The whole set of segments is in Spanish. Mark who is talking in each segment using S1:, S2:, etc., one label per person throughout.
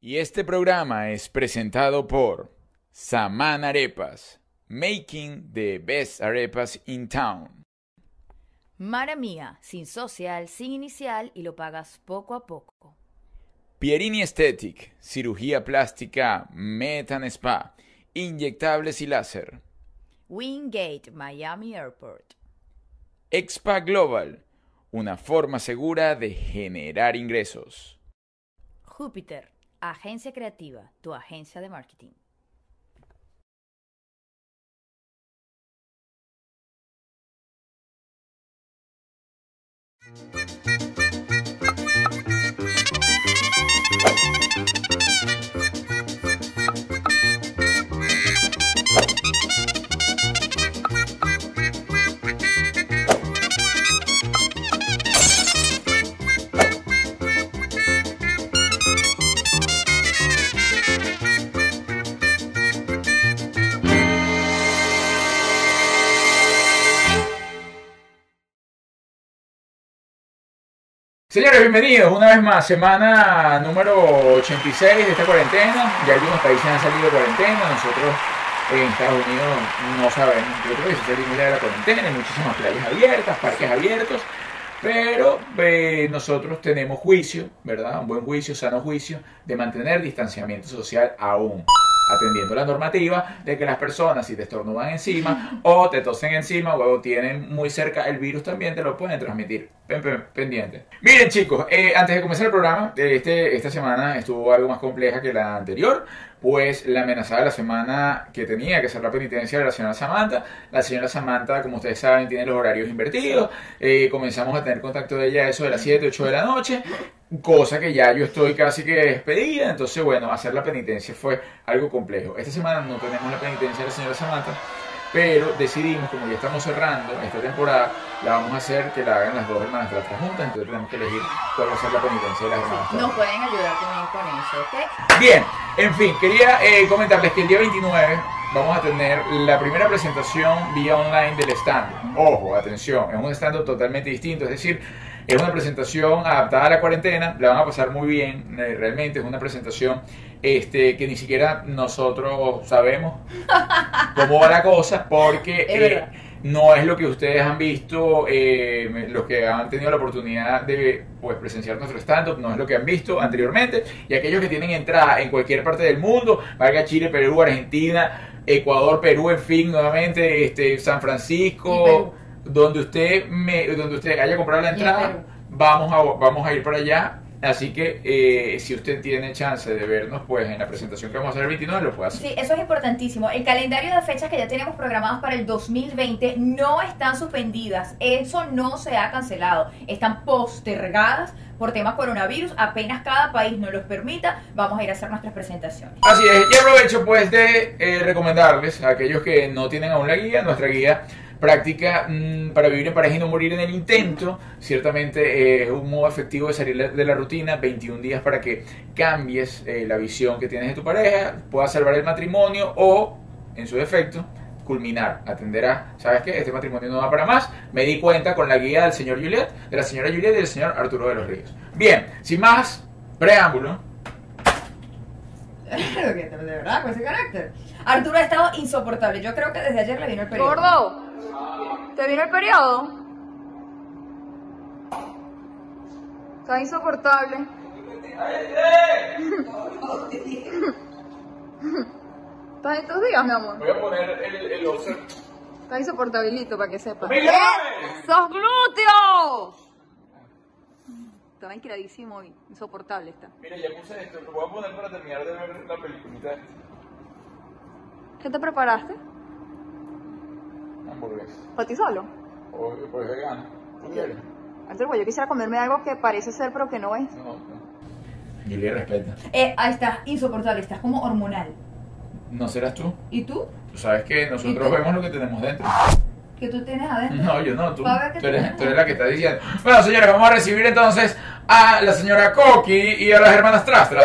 S1: Y este programa es presentado por Saman Arepas, making the best arepas in town.
S2: Mara mía, sin social, sin inicial y lo pagas poco a poco.
S1: Pierini Aesthetic, cirugía plástica, Metan Spa, inyectables y láser.
S2: Wingate, Miami Airport.
S1: Expa Global, una forma segura de generar ingresos.
S2: Júpiter, agencia creativa, tu agencia de marketing.
S1: Señores, bienvenidos una vez más, semana número 86 de esta cuarentena. Ya algunos países han salido de cuarentena, nosotros en Estados Unidos no sabemos. Yo creo que sí salimos ya de la cuarentena, hay muchísimas playas abiertas, parques abiertos, pero eh, nosotros tenemos juicio, ¿verdad? Un buen juicio, sano juicio, de mantener distanciamiento social aún atendiendo la normativa de que las personas si te estornudan encima o te tosen encima o tienen muy cerca el virus también te lo pueden transmitir. Pen- pen- Pendiente. Miren chicos, eh, antes de comenzar el programa, eh, este, esta semana estuvo algo más compleja que la anterior, pues la amenazada de la semana que tenía que ser la penitencia de la señora Samantha, la señora Samantha, como ustedes saben, tiene los horarios invertidos, eh, comenzamos a tener contacto de ella eso de las 7, 8 de la noche, cosa que ya yo estoy casi que despedida, entonces bueno, hacer la penitencia fue algo complejo. Esta semana no tenemos la penitencia de la señora Samantha, pero decidimos, como ya estamos cerrando esta temporada, la vamos a hacer que la hagan las dos hermanas de juntas, entonces tenemos que elegir cuál va a ser la penitencia de las hermanas.
S2: Nos pueden ayudar también con eso, ¿ok?
S1: Bien, en fin, quería eh, comentarles que el día 29 vamos a tener la primera presentación vía online del stand. Ojo, atención, es un stand totalmente distinto, es decir, es una presentación adaptada a la cuarentena, la van a pasar muy bien, eh, realmente es una presentación este, que ni siquiera nosotros sabemos cómo va la cosa, porque...
S2: Es
S1: eh,
S2: verdad.
S1: no es lo que ustedes han visto, eh, los que han tenido la oportunidad de pues, presenciar nuestro stand-up, no es lo que han visto anteriormente. Y aquellos que tienen entrada en cualquier parte del mundo, valga Chile, Perú, Argentina, Ecuador, Perú, en fin, nuevamente, este, San
S2: Y
S1: Francisco,
S2: Perú.
S1: donde usted, me, donde usted haya comprado la
S2: Y Perú.
S1: entrada, vamos a, vamos a ir para allá. Así que eh, si usted tiene chance de vernos pues en la presentación que vamos a hacer el 29, lo puede hacer.
S3: Sí, eso es importantísimo. El calendario de fechas que ya tenemos programadas para el 2020 no están suspendidas. Eso no se ha cancelado. Están postergadas por temas coronavirus. Apenas cada país nos los permita, vamos a ir a hacer nuestras presentaciones.
S1: Así es, y aprovecho pues de eh, recomendarles a aquellos que no tienen aún la guía, nuestra guía práctica mm, para vivir en pareja y no morir en el intento, ciertamente eh, es un modo efectivo de salir de la rutina, 21 días para que cambies eh, la visión que tienes de tu pareja, puedas salvar el matrimonio o, en su defecto, culminar, atender a, ¿sabes qué? Este matrimonio no va para más, me di cuenta con la guía del señor Juliet, de la señora Juliet y del señor Arturo de los Ríos. Bien, sin más preámbulo,
S3: de verdad, con ese carácter. Arturo ha estado insoportable. Yo creo que desde ayer le vino el periodo.
S4: Gordo, ¿te vino el periodo? Está insoportable. ¿Estás estos días, mi amor?
S1: voy a poner el, el observ-
S4: Está insoportabilito para que sepas.
S1: ¡Mira! ¿Eh?
S4: ¡Sos glúteos! Está venquiladísimo hoy. Insoportable está.
S1: Mira, ya puse esto, lo voy a poner para terminar de ver la peliculita.
S4: ¿Qué te preparaste?
S1: Hamburguesa.
S4: ¿Para ti solo?
S1: O pues vegano. ¿Tú quieres?
S4: Arturo, pues yo quisiera comerme algo que parece ser pero que no es.
S1: No, no. Julia, respeta.
S3: Eh, ah, estás insoportable, estás como hormonal.
S1: ¿No serás tú?
S3: ¿Y tú?
S1: Tú sabes que nosotros
S3: ¿Y tú?
S1: vemos lo que tenemos dentro.
S3: ¿Qué tú tienes adentro?
S1: No, yo no, tú.
S3: A ver, ¿qué
S1: Tú eres,
S3: tenemos?
S1: tú eres la que está diciendo. Bueno, señores, vamos a recibir entonces a la señora Coqui y a las hermanas Trastras.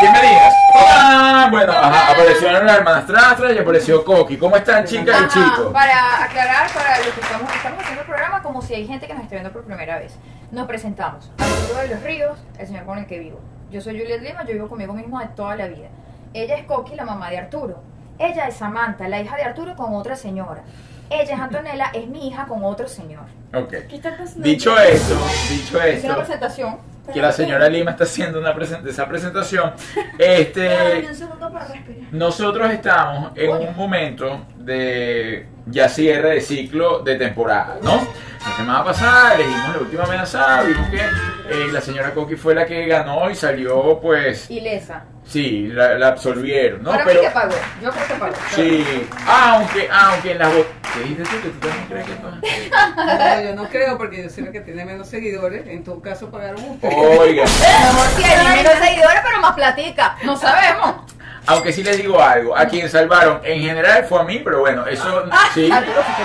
S1: Bienvenidas. ¡Hola! Bueno, ajá, aparecieron las hermanas Trastras y apareció Coqui. ¿Cómo están, chicas y
S3: Ajá,
S1: chicos?
S3: Para aclarar, para los que estamos, estamos haciendo el programa como si hay gente que nos esté viendo por primera vez. Nos presentamos. Arturo de los Ríos, el señor con el que vivo. Yo soy Juliet Lima, yo vivo conmigo mismo de toda la vida. Ella es Coqui, la mamá de Arturo. Ella es Samantha, la hija de Arturo con otra señora. Ella es Antonella, es mi hija con otro señor.
S1: Ok.
S5: ¿Qué está pasando?
S1: Dicho esto, dicho
S3: Es una
S1: esto,
S3: presentación.
S1: que la señora Lima está haciendo una presen- esa presentación, este,
S5: Dame un segundo para respirar.
S1: nosotros estamos en un momento de ya cierre de ciclo de temporada, ¿no? La semana pasada elegimos la última amenazada, vimos que eh, la señora Coqui fue la que ganó y salió, pues,
S3: Ilesa.
S1: sí, la, la absolvieron, ¿no?
S3: Para
S1: Pero,
S3: mí que pagó. Yo creo que pagó.
S1: sí, aunque, aunque en las votaciones... ¿Qué dices tú? Que tú también crees que esto es-
S6: No, yo no creo porque yo soy la que tiene menos seguidores. En todo caso, pagaron ustedes.
S1: Oiga.
S3: Mi amor, sí, hay menos seguidores, pero más platica. No sabemos.
S1: Aunque sí les digo algo, a quien salvaron en general fue a mí, pero bueno, eso
S5: Ah,
S1: sí.
S3: Ah, Arturo fue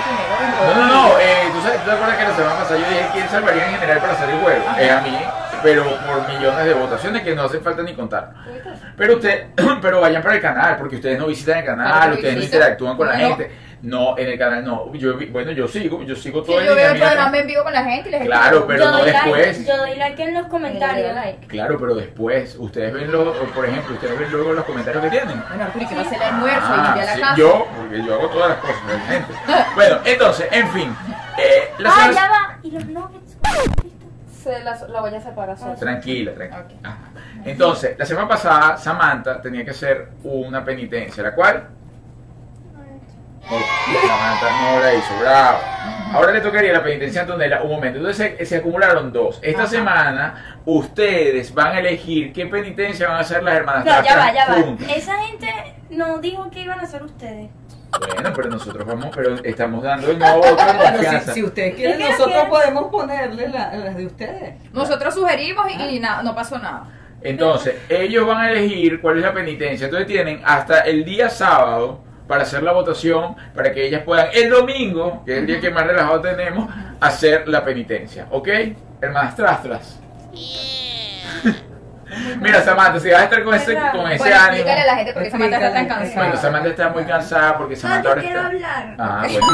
S1: No,
S3: primero.
S1: no, no, eh, ¿tú, sabes, tú te acuerdas que la semana pasada yo dije quién salvaría en general para hacer el juego. Es a mí, pero por millones de votaciones que no hace falta ni contar. Pero usted, pero vayan para el canal, porque ustedes no visitan el canal,
S3: Claro,
S1: ustedes no
S3: visita.
S1: interactúan con la
S3: No.
S1: gente. No, en el canal no. Yo, vi- bueno, yo sigo, yo sigo
S3: Sí,
S1: todo el
S3: yo veo el
S1: lineamiento.
S3: programa en vivo con la gente y les
S1: Claro,
S3: explico.
S1: pero
S5: yo
S1: no
S5: doy
S1: después.
S5: Like, yo doy like en los comentarios.
S1: Claro, pero después, ustedes ven los, por ejemplo, ustedes ven luego los comentarios que tienen.
S3: Bueno, Arturo, que no se el almuerzo y ya
S1: Ah,
S3: la
S1: sí,
S3: casa.
S1: Yo, porque yo hago todas las cosas, realmente. Bueno, entonces, en fin. eh, la
S5: Ah,
S1: señora-
S5: ya va. Y los nuggets.
S3: Se la, la voy a separar sola.
S1: Tranquila, tranquila. Ajá. Entonces, la semana pasada, Samantha tenía que hacer una penitencia, la cual. Oh, Samantha no la hizo, bravo. Ahora le tocaría la penitencia a Antonella un momento. Entonces se, se acumularon dos. Esta semana ustedes van a elegir qué penitencia van a hacer las hermanas.
S5: No, ya va,
S1: Tartas
S5: ya
S1: juntas.
S5: va. Esa gente no dijo que iban a hacer ustedes.
S1: Bueno, pero nosotros vamos, pero estamos dando el nuevo voto de
S6: Bueno,
S1: confianza.
S6: si, si ustedes
S5: Es
S6: quieren,
S5: que no
S6: nosotros
S5: quiero.
S6: podemos ponerle la- las de ustedes.
S3: Nosotros sugerimos y, y na- no pasó nada.
S1: Entonces, ellos van a elegir cuál es la penitencia. Entonces tienen hasta el día sábado para hacer la votación, para que ellas puedan el domingo, que es el día que más relajado tenemos, hacer la penitencia. ¿Ok? Hermanas trastras. Mira, Samantha, si vas a estar con ese, con ese ánimo.
S3: Bueno, explícale a la gente porque Samantha está tan
S6: Explícale.
S3: cansada.
S1: Bueno, Samantha está muy cansada porque
S5: Ah,
S1: Samantha
S5: yo
S1: ahora
S5: quiero
S1: está.
S5: hablar.
S1: Ah, bueno,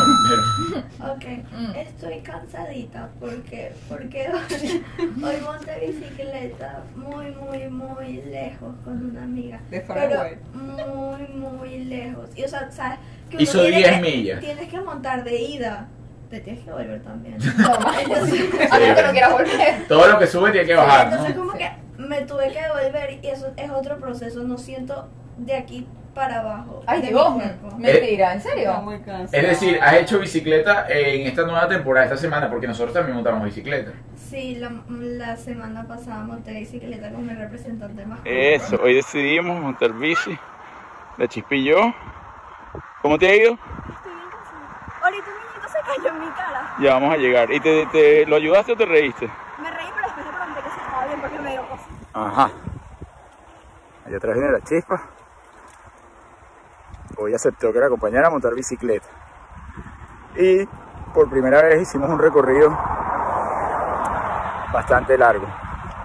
S1: pero-
S5: Ok,
S3: Mm.
S5: estoy cansadita porque, porque hoy, hoy monté bicicleta muy, muy, muy lejos con una amiga.
S6: De
S5: Pero
S6: Paraguay.
S5: muy, muy lejos. Y o sea, sabes que uno
S1: hizo
S5: tiene
S1: 10
S5: que-
S1: millas.
S5: Tienes que montar de ida. Te tienes que volver también.
S3: No, más A menos que no quieras volver.
S1: Todo lo que sube tiene que bajar,
S5: Entonces
S1: ¿no?
S5: como que me tuve que devolver y eso es otro proceso. No siento de aquí para abajo.
S3: Ay,
S5: de mi
S3: Dios.
S5: cuerpo.
S3: Mentira, ¿en
S6: Está
S3: serio?
S6: muy cansado.
S1: Es decir, has hecho bicicleta en esta nueva temporada, esta semana, porque nosotros también montamos bicicleta.
S5: Sí, la, la semana pasada monté bicicleta con mi representante más.
S7: Eso, hoy decidimos montar bici. La chispillo. ¿Cómo te ha ido?
S8: Ahorita un niñito se cayó en mi cara.
S7: Ya vamos a llegar. ¿Y te, te- lo ayudaste o te reíste?
S8: Me reí, pero después le pregunté que si estaba bien porque me dio cosa.
S7: Ajá. Allá atrás viene la chispa. Hoy aceptó que la acompañara a montar bicicleta. Y por primera vez hicimos un recorrido bastante largo,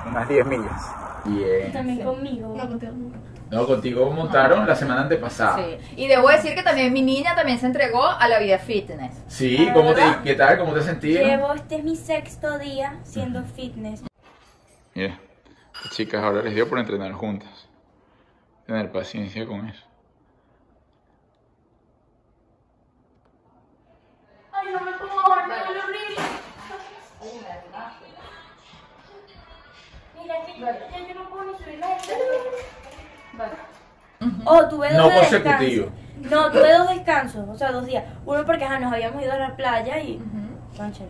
S7: unas 10 millas.
S1: Bien.
S5: También
S8: conmigo.
S5: No, contigo nunca.
S1: No, contigo montaron la semana antepasada.
S3: Sí. Y debo decir que también mi niña también se entregó a la vida fitness.
S1: Sí,
S5: Ah,
S1: ¿cómo te,
S5: ¿verdad?
S1: ¿qué tal? ¿Cómo te sentías?
S8: Llevo, este es mi sexto día siendo fitness.
S7: Mira, las chicas ahora les dio por entrenar juntas. Tener paciencia con eso.
S8: Mira, que yo, no puedo ni subir la Oh, tuve dos
S1: No
S8: de
S1: consecutivo.
S8: descanso. No, tuve dos descansos, o sea, dos días. Uno porque ajá, nos habíamos ido a la playa y. Cónchale.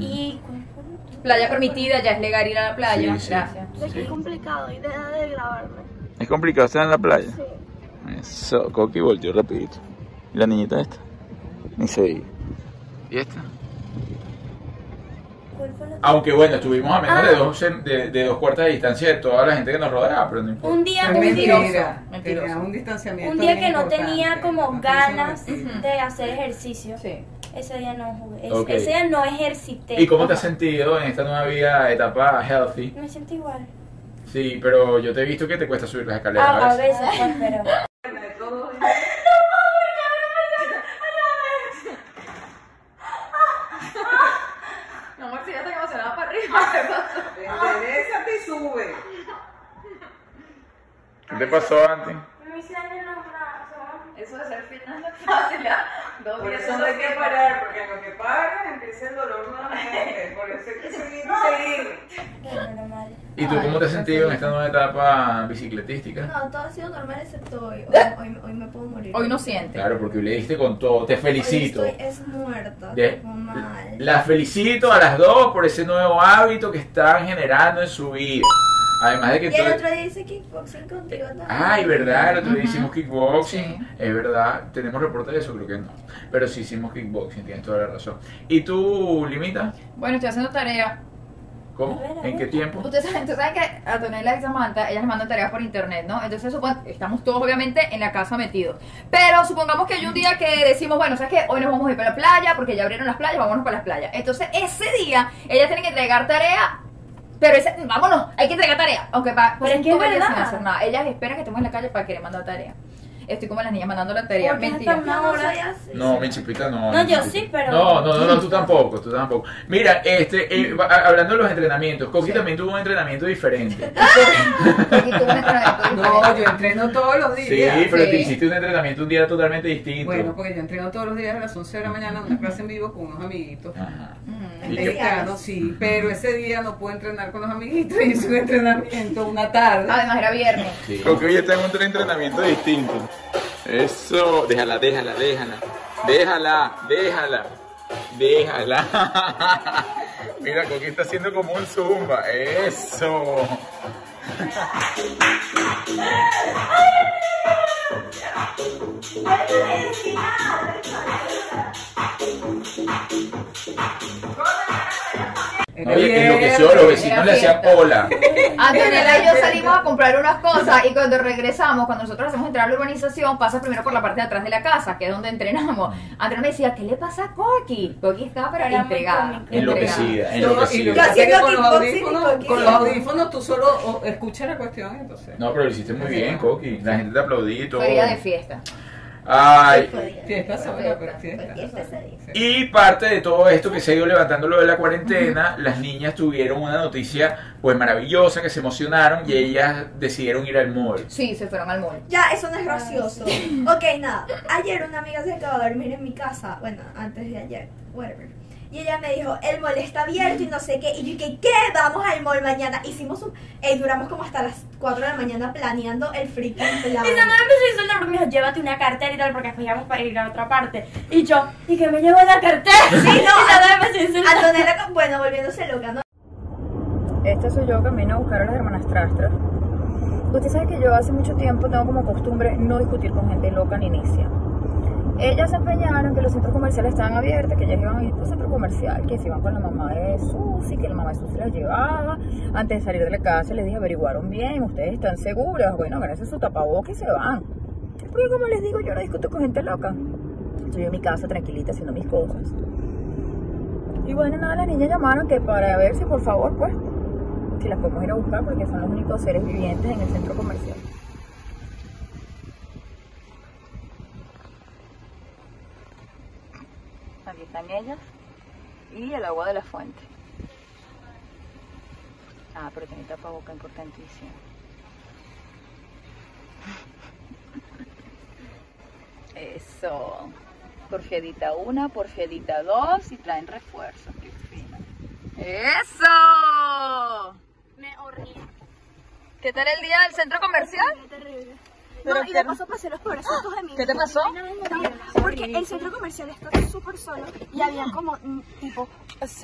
S8: Y. ¿cuál fue el otro?
S3: Playa permitida, ya es legal ir a la playa.
S1: Sí, sí.
S3: Gracias.
S8: Es que es complicado y deja de grabarme.
S7: Es complicado estar en la playa.
S8: Sí.
S7: Eso, Coqui volteó rapidito. ¿Y la niñita esta? Ni se diga. ¿Y esta?
S8: ¿Cuál fue el otro?
S1: Aunque bueno, estuvimos a menos
S8: Ah.
S1: de dos, cen- de, de dos cuartas de distancia de toda la gente que nos rodeaba, pero no importa.
S8: Un día,
S6: Es
S8: un día.
S6: mentira.
S3: Mentiroso.
S6: Tenía un distanciamiento.
S8: Un día
S6: bien
S8: que no
S6: importante.
S8: tenía como
S6: No
S8: ganas
S6: tenía-
S8: de hacer ejercicio.
S3: Sí.
S8: Ese día no jugué. Ese,
S1: Ok.
S8: ese día no ejercité.
S1: ¿Y cómo te has sentido en esta nueva vida, etapa healthy?
S8: Me siento igual.
S1: Sí, pero yo te he visto que te cuesta subir las escaleras.
S8: A, a
S1: a veces.
S8: veces, pues, pero.
S3: Mi amor, si ya está emocionada para arriba.
S6: Enderezate y sube.
S7: ¿Qué te pasó antes?
S8: Me salen los brazos.
S3: Eso de ser fitness no es fácil, ¿ah? Dos
S6: Por
S3: días
S6: eso no
S3: solo
S6: hay que
S3: fitness.
S6: parar, porque en lo que paras empieza el dolor nuevamente. Por eso hay que seguir, seguir.
S5: Bueno, normal.
S1: ¿Y tú cómo te has sentido en esta nueva etapa bicicletística?
S5: No, todo ha sido normal excepto hoy. Hoy, hoy- hoy me puedo morir.
S9: Hoy no siente.
S1: Claro, porque le diste con todo. Te
S5: Hoy
S1: felicito.
S5: estoy es muerta.
S1: De-
S5: tipo, mal.
S1: Las felicito a las dos por ese nuevo hábito que están generando en su vida. Además de que
S5: Y el
S1: todo-
S5: otro día hice kickboxing contigo también.
S1: Ay, ¿verdad? El otro día
S9: Ujú.
S1: hicimos kickboxing.
S9: Sí.
S1: Es verdad. ¿Tenemos reporte de eso? Creo que no. Pero sí hicimos kickboxing, tienes toda la razón. ¿Y tú, Limita?
S3: Bueno, estoy haciendo tarea.
S1: ¿Cómo?
S8: A ver, a
S1: ¿En qué
S8: ver.
S1: tiempo?
S3: Ustedes saben, ustedes saben que Antonella y Samantha, ellas mandan tareas por internet, ¿no? Entonces, supon- estamos todos obviamente en la casa metidos. Pero supongamos que hay un día que decimos, bueno, ¿sabes qué? Hoy nos vamos a ir para la playa porque ya abrieron las playas, vámonos para las playas. Entonces, ese día, ellas tienen que entregar tarea. Pero ese, vámonos, hay que entregar tarea. Aunque va,
S8: Pero es que es
S3: todo el día sin
S8: verdad.
S3: hacer nada. Ellas esperan que estemos en la calle para que le manden tarea. Estoy como las niñas mandando la tarea.
S8: ¿Por qué
S3: Mentira.
S8: están
S5: No, no soy así.
S1: No, mi chipita no.
S8: No,
S1: mi
S8: yo
S1: chipita.
S8: sí, pero-
S1: No, no, no, no, tú tampoco, tú tampoco. Mira, este, eh, va- a- hablando de los entrenamientos, Coqui también tuvo un entrenamiento diferente.
S3: Porque tú me traes-
S6: No, yo entreno todos los
S1: Sí,
S6: días.
S1: pero
S3: sí.
S1: te hiciste un entrenamiento un día totalmente distinto.
S6: Bueno, porque yo entreno todos los días a las 11 de la mañana una clase en vivo con unos amiguitos.
S1: Ajá.
S3: Mm.
S1: ¿Y qué-
S6: Mexicanos, sí, pero ese día no puedo entrenar con los amiguitos y es un entrenamiento una tarde.
S5: Ah.
S3: Además, era viernes.
S1: sí.
S7: Coqui hoy está en un entrenamiento distinto. Eso. Déjala, déjala, déjala. Déjala, déjala. Déjala. Mira, Coqui está haciendo como un zumba. Eso.
S6: Era
S1: Oye, enloqueció,
S6: Eh, viernes.
S1: los vecinos le hacían hola.
S3: Antonella y yo salimos a comprar unas cosas y cuando regresamos, cuando nosotros hacemos entrar a la urbanización, pasa primero por la parte de atrás de la casa, que es donde entrenamos. Andrea me decía, ¿qué le pasa a Corky? Corky estaba pero
S8: Era muy
S3: entregada.
S8: cómico.
S3: entregada.
S1: Enloquecida,
S6: No, y lo que
S1: enloquecida.
S6: pasa es que
S5: Haciendo
S6: con los
S5: kickboxing y
S6: audífonos, con los
S5: coquillas.
S6: audífonos tú solo o, escuchas la cuestión, entonces.
S1: No, pero lo hiciste muy bien, Coqui. La gente te aplaudí y todo.
S3: Fue día de fiesta.
S1: Ay,
S6: Fiesta sola, pero fiesta.
S5: Fiesta sola.
S1: Y parte de todo esto que se ha ido levantando lo de la cuarentena, las niñas tuvieron una noticia pues maravillosa que se emocionaron y ellas decidieron ir al mall.
S3: Sí, se fueron al mall.
S5: Ya, eso no es gracioso. Ok, nada. Ayer una amiga se acaba de dormir en mi casa. Bueno, antes de ayer. Whatever. Y ella me dijo, el mall está abierto y no sé qué. Y yo dije, ¿qué? Vamos al mall mañana. Hicimos un... eh, duramos como hasta las 4 de la mañana planeando el freaking plan.
S8: Y Sandra me hizo el nombre, me dijo, llévate una cartera y tal, porque después íbamos para ir a otra parte. Y yo, ¿y que me llevo la cartera? Sí, no, pues, y Sandra me hizo el
S5: Antonella, con- bueno, volviéndose loca, ¿no?
S3: Este soy yo camino a buscar a las hermanas Trastras. Usted sabe que yo hace mucho tiempo tengo como costumbre no discutir con gente loca ni necia. Ellas se empeñaron que los centros comerciales estaban abiertos, que ellas iban a ir por centro comercial, que se iban con la mamá de Susi, que la mamá de Susi las llevaba. Antes de salir de la casa les dije, averiguaron bien, ustedes están seguras. Bueno, gracias a su tapabocas y se van. Porque como les digo, yo no discuto con gente loca. Estoy en mi casa tranquilita haciendo mis cosas. Y bueno, nada, las niñas llamaron que para ver si por favor, pues, si las podemos ir a buscar porque son los únicos seres vivientes en el centro comercial. Aquí están ellas y el agua de la fuente. Ah, pero tiene tapaboca importantísimo. Eso. Porfiadita una, porfiadita dos y traen refuerzos. Qué fino. ¡Eso!
S8: Me horrí.
S3: ¿Qué tal el día del centro comercial?
S5: No, y de paso pasé los pobrecitos de mí.
S3: ¿Qué te pasó?
S5: Porque el centro comercial está súper solo y había como, mm, tipo,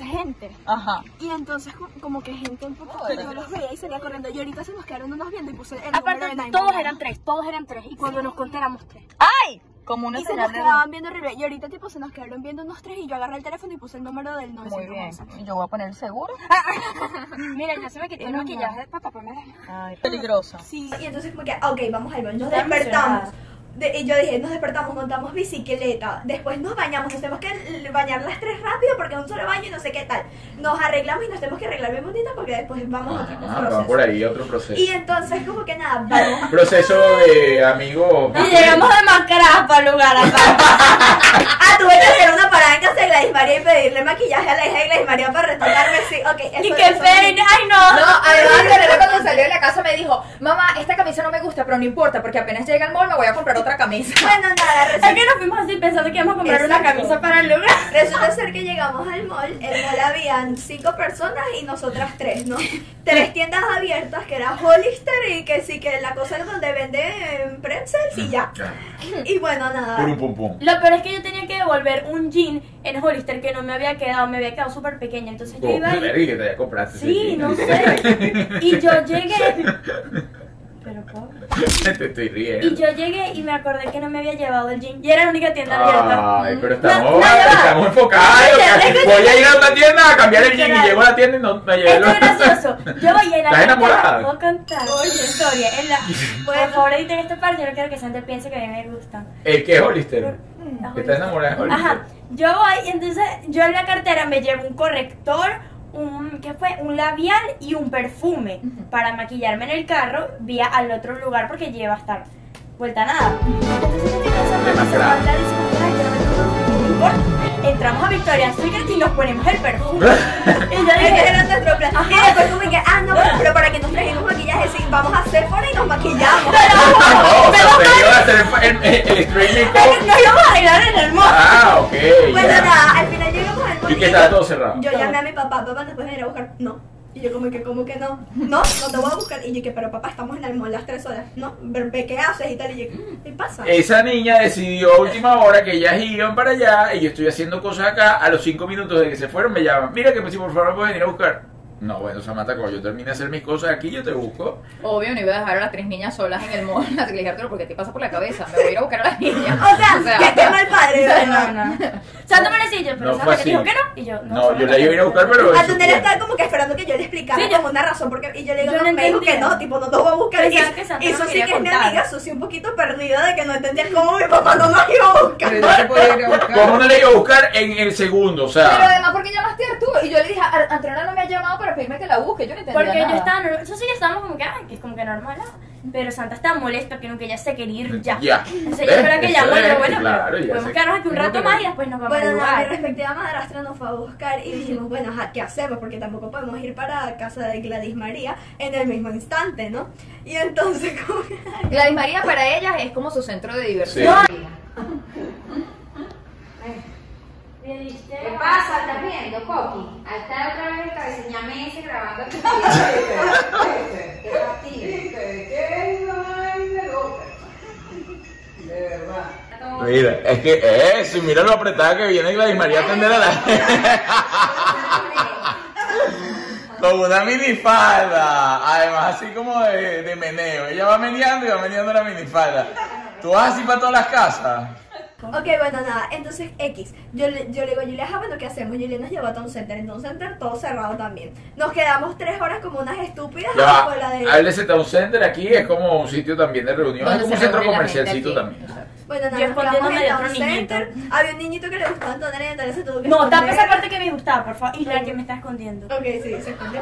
S5: gente.
S3: Ajá.
S5: Y entonces co- como que gente un poco, yo los veía y salía corriendo. Y ahorita se nos quedaron unos viendo y puse el número
S8: Aparte,
S5: de 911.
S8: todos eran tres, todos eran tres. Y cuando nos conté éramos tres.
S3: ¡Ay! Como un
S5: Y se nos
S3: escenario.
S5: quedaban viendo horrible. Y ahorita tipo se nos quedaron viendo unos tres y yo agarré el teléfono y puse el número del
S3: Muy
S5: 911.
S3: bien. Y Yo voy a poner el seguro.
S8: Mira, ya se me quitó el maquillaje de papá, pero me
S3: Ay, peligroso.
S5: Sí. Y entonces como que, ah, ok, vamos al baño. Nos
S8: Estaba
S5: despertamos. de- y yo dije, nos despertamos, montamos bicicleta, después nos bañamos, nos tenemos que l- bañar las tres rápido porque es un solo baño y no sé qué tal. Nos arreglamos y nos tenemos que arreglar bien bonita porque después vamos a otro
S1: Ah, va
S5: proceso.
S1: por ahí otro proceso.
S5: Y entonces como que nada, vamos
S1: Proceso de amigo.
S8: Y llegamos de mascaradas para el lugar aparte.
S5: Ah, tuve que hacer una parada en casa de Gladys María y pedirle maquillaje a la hija de Gladys María para retocarme. Sí, ok.
S8: Y
S5: eso-
S8: que
S5: eso-
S8: esperen, ay no.
S3: No, además Lorena cuando salió de la casa me dijo, mamá, esta camisa no me gusta, pero no importa, porque apenas llegue al mall me voy a comprar otra camisa.
S5: Bueno, nada,
S8: Es
S5: resulta,
S8: que nos fuimos así pensando que íbamos a comprar una
S5: Exacto.
S8: camisa para el lugar.
S5: resulta ser que llegamos al mall. El mall habían cinco personas y nosotras tres, ¿no? Tres tiendas abiertas que era Hollister y que sí, que la cosa es donde venden pretzels y ya. Y bueno, nada.
S1: Purum pum pum.
S8: Lo peor es que yo tenía que devolver un jean en Hollister que no me había quedado, me había quedado súper pequeña. Entonces yo
S1: Oh,
S8: iba y...
S1: verga, que te haya comprado ese
S8: Sí,
S1: jean.
S8: no sé. Y yo llegué... Pero pobre.
S1: Te estoy riendo.
S8: Y yo llegué y me acordé que no me había llevado el jean. Y era la única tienda abierta.
S1: Ay, pero estamos,
S8: No, no, ya va.
S1: estamos enfocados.
S8: Ya, ya, ya, ya.
S1: Voy a ir a una tienda a cambiar el jean
S8: Literal.
S1: y llego a la tienda y no me llevé
S8: Esto
S1: los-
S8: es gracioso. Yo voy en la
S1: ¿Estás enamorada?
S8: Puedo cantar mi historia. En la... Por favor, editen esta parte. Yo no quiero que Sandra piense que a mí me gustan.
S1: ¿El qué es Hollister?
S8: Las
S1: ¿Estás
S8: Hollister.
S1: enamorada de Hollister?
S8: Ajá, yo voy, entonces yo en la cartera me llevo un corrector, un, ¿qué fue? Un labial y un perfume para maquillarme en el carro, vía al otro lugar porque ya iba a estar vuelta a nada. Entonces yo estoy pensando en
S1: Demasiado.
S8: esa falda, decimos, "Ay, yo no me importa". Entramos a Victoria's Secret y nos ponemos el perfume. y yo
S5: Ese
S8: dije,
S5: Este era nuestro plan. Y después como que, ah, no, pero para que nos trajimos maquillaje, sí, vamos a Sephora y nos maquillamos.
S1: No, o sea, te iba a hacer el, el, el streaming con-
S8: nos íbamos a bailar en el mall.
S1: Ah, ok.
S5: Bueno,
S1: ya.
S5: nada, al final llegamos al mall.
S1: Y que estaba todo cerrado.
S5: Yo llamé a mi papá, papá, después me iré a buscar. No. Y yo como que, ¿cómo que no? No, no te voy a buscar. Y yo que, pero papá, estamos en el mall las tres horas. No, pero ve qué haces y tal. Y yo, ¿qué pasa?
S1: Esa niña decidió a última hora que ellas iban para allá y yo estoy haciendo cosas acá. A los cinco minutos de que se fueron me llaman. Mira que si por favor puedes venir a buscar. No, bueno, Samantha, cuando yo termine de hacer mis cosas aquí, yo te busco.
S3: Obvio, no iba a dejar a las tres niñas solas en el mall, así que le dije, "Arturo, porque te pasa por la cabeza, me voy a ir a buscar a las niñas.
S5: O sea, que qué mal padre,
S8: No,
S5: ¿verdad?
S8: no, no. Sandra me decía, yo, pero
S1: No fue
S8: Sandra que dijo
S1: así.
S8: que no. Y yo, no.
S1: No, yo la iba a ir a buscar, pero.
S5: Antonella estaba como que esperando que yo le explicara
S8: Sí, yo-
S5: como una razón porque y yo le digo,
S8: Yo
S5: no,
S8: no
S5: me dijo que
S8: entendía.
S5: no, tipo, no te voy a buscar. Y
S8: Pensaba que Sandra
S5: eso
S8: nos
S5: sí
S8: quería
S5: que es mi
S8: contar.
S5: amiga Susi, un poquito perdida de que no entendía cómo mi papá no nos iba a buscar.
S6: Pero yo te puedo ir a buscar.
S1: Pues, ¿Cómo no la iba a buscar en el segundo? O
S3: Pero
S1: sea.
S3: además, ¿por qué llamaste a Arturo? Y yo le dije, "Ar- Antonella no me ha llamado para pedirme que la busque, yo no entendía
S8: Porque
S3: nada.
S8: yo estaba normal. Eso sí, estábamos como que, ah, que es como que normal. ah. Pero Santa estaba molesta que nunca ya se quería ir ya.
S1: Ya.
S8: Entonces yo
S1: ¿Ves?
S8: creo que
S1: Eso
S8: llamó y
S1: es,
S8: yo, bueno,
S1: claro,
S8: pero
S1: ya
S8: podemos
S1: sé.
S8: quedarnos aquí un
S1: No,
S8: rato
S1: pero-
S8: más y después nos vamos
S5: Bueno,
S8: al
S5: nada, mi
S8: lugar.
S5: respectiva madrastra nos fue a buscar y dijimos, bueno, ajá, ¿qué hacemos? Porque tampoco podemos ir para casa de Gladys María en el mismo instante, ¿no? Y entonces, como que-
S3: Gladys María para ellas es como su centro de diversión.
S1: Sí.
S8: ¿Qué pasa? ¿Estás viendo, Coqui? Ahí está otra vez el cabezañame ese grabando aquí. ¿Qué fastidio?
S6: ¿Qué es vaina loca? De verdad.
S4: Mira, es que eso, y mira lo apretada que viene Gladys María a atender a la Con una minifalda, además así como de, de meneo. Ella va meneando y va meneando la minifalda. Tú vas así para todas las casas.
S5: ok, bueno, nada, entonces X. Yo le, yo le digo a Julia, ajá, bueno, ¿qué hacemos? Julia nos llevó a Town Center, en Town Center todo cerrado también. Nos quedamos tres horas como unas estúpidas
S1: Ya va.
S5: afuera de...
S1: Háblese Town Center aquí, es como un sitio también de reunión, es
S3: Donde
S1: como un
S3: se
S1: centro
S3: reúne la gente
S1: comercialcito
S3: aquí.
S1: también.
S5: Bueno, nada,
S8: Yo
S5: nos quedamos
S8: escondiéndome de
S5: en
S8: otro
S5: Town Center. Había un niñito que le gustaba Antonella y Antonella se tuvo que
S8: No, tapa
S5: esconder.
S8: esa parte que me gustaba, por favor. Y la que me está escondiendo.
S5: Ok, sí, se escondió.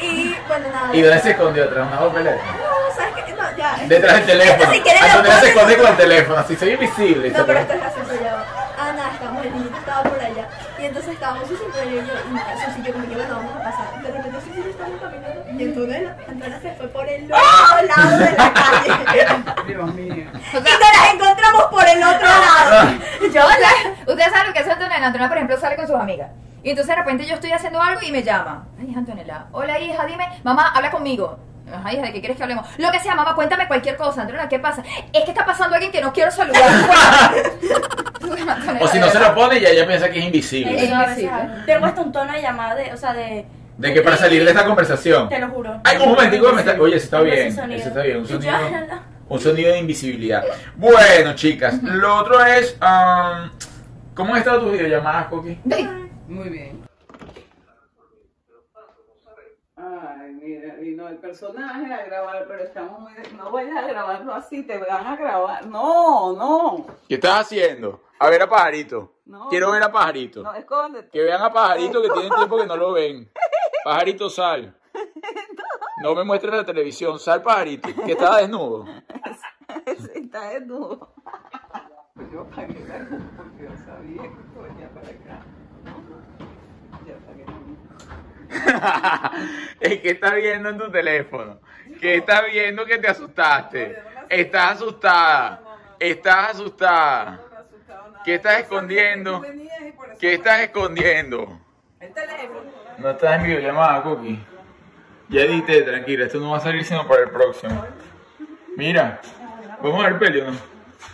S5: Y, bueno, nada.
S1: ¿Y dónde se escondió? ¿Tras una papelera?
S5: No, ¿sabes qué? No, ya.
S1: Detrás del
S5: Esto
S1: teléfono.
S5: si quieres
S1: Ah,
S5: lo
S1: Antonella se
S5: pones.
S1: esconde con el teléfono, así soy invisible.
S5: No, pero esto es gracioso ya va. Ah, nada, estábamos, el niñito estaba por allá. Y entonces estábamos Susi, pero yo, yo, y Susi, yo como que bueno, vamos a pasar. De repente Susi y yo estábamos caminando. Y entonces Antonella se fue por el otro
S7: ¡Ah!
S5: lado de la calle.
S6: Dios mío.
S3: O sea,
S5: Y nos las encontramos por el otro
S7: Ah.
S5: lado.
S3: yo, o sea, ustedes saben lo que hace Antonella. Antonella, por ejemplo, sale con sus amigas. Y entonces de repente yo estoy haciendo algo y me llama. Ay, hija Antonella. Hola, hija, dime. Mamá, habla conmigo. Ajá, hija, ¿de qué quieres que hablemos? Lo que sea, mamá, cuéntame cualquier cosa. Antonella, ¿qué pasa? Es que está pasando alguien que no quiero saludar. Antonella,
S1: O si no
S3: de
S1: se
S3: verdad.
S1: lo pone, ya ella piensa que es invisible.
S8: Eso a veces
S3: invisible.
S8: hago. Tengo hasta un tono de llamada de, o sea, de.
S1: De que para salir de esta conversación.
S8: Te lo juro.
S1: Ay, un momentico, me está... oye, eso está
S8: Ese
S1: bien.
S8: sonido.
S1: Eso está bien, un
S8: Y yo,
S1: sonido.
S8: ay, no.
S1: Un sonido de invisibilidad. Bueno, chicas, lo otro es. ah, ¿Cómo han estado tus videollamadas, Coqui?
S6: Muy bien. Ay, mira, y no sino el personaje a grabar, pero estamos muy... de- No vayas a grabarlo así, te van a grabar. No, no.
S1: ¿Qué estás haciendo? A ver a Pajarito.
S6: No.
S1: Quiero ver a Pajarito.
S6: No, escóndete.
S1: Que vean a Pajarito que tienen tiempo que no lo ven. Pajarito, sal. No me muestres la televisión. Sal, Pajarito, que estaba desnudo.
S6: Está desnudo. Yo apagué la luz porque yo sabía que venía para acá. ¿no? Ya apagué la luz.
S1: es que estás viendo en tu teléfono. Que estás viendo que te asustaste. Estás asustada. Estás asustada.
S6: No me asustaba nada.
S1: ¿Qué estás
S6: Yo sabía
S1: escondiendo?
S6: que tú venías y por eso
S1: ¿Qué estás escondiendo?
S6: El teléfono.
S7: No estás en videollamada, Cookie. Ya edité, tranquila, esto no va a salir sino para el próximo. Mira, vamos a ver peli, o ¿no?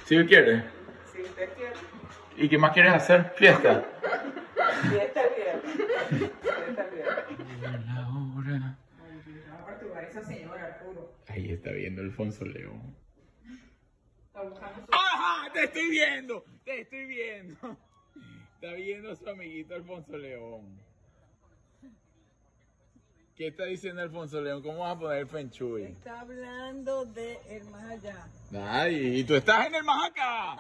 S7: Si quieres.
S6: Si usted quiere,
S7: ¿Y qué más quieres hacer? Fiesta.
S6: y
S1: este
S6: está bien. Y está bien.
S7: Ahí está viendo Alfonso León.
S1: ¡Ajá! ¡Te estoy viendo! ¡Te estoy viendo! Está viendo a su amiguito Alfonso León. ¿Qué está diciendo Alfonso León? ¿Cómo vas a poner Feng Shui?
S6: Está hablando de el más allá.
S1: Ay, y tú estás en el más acá.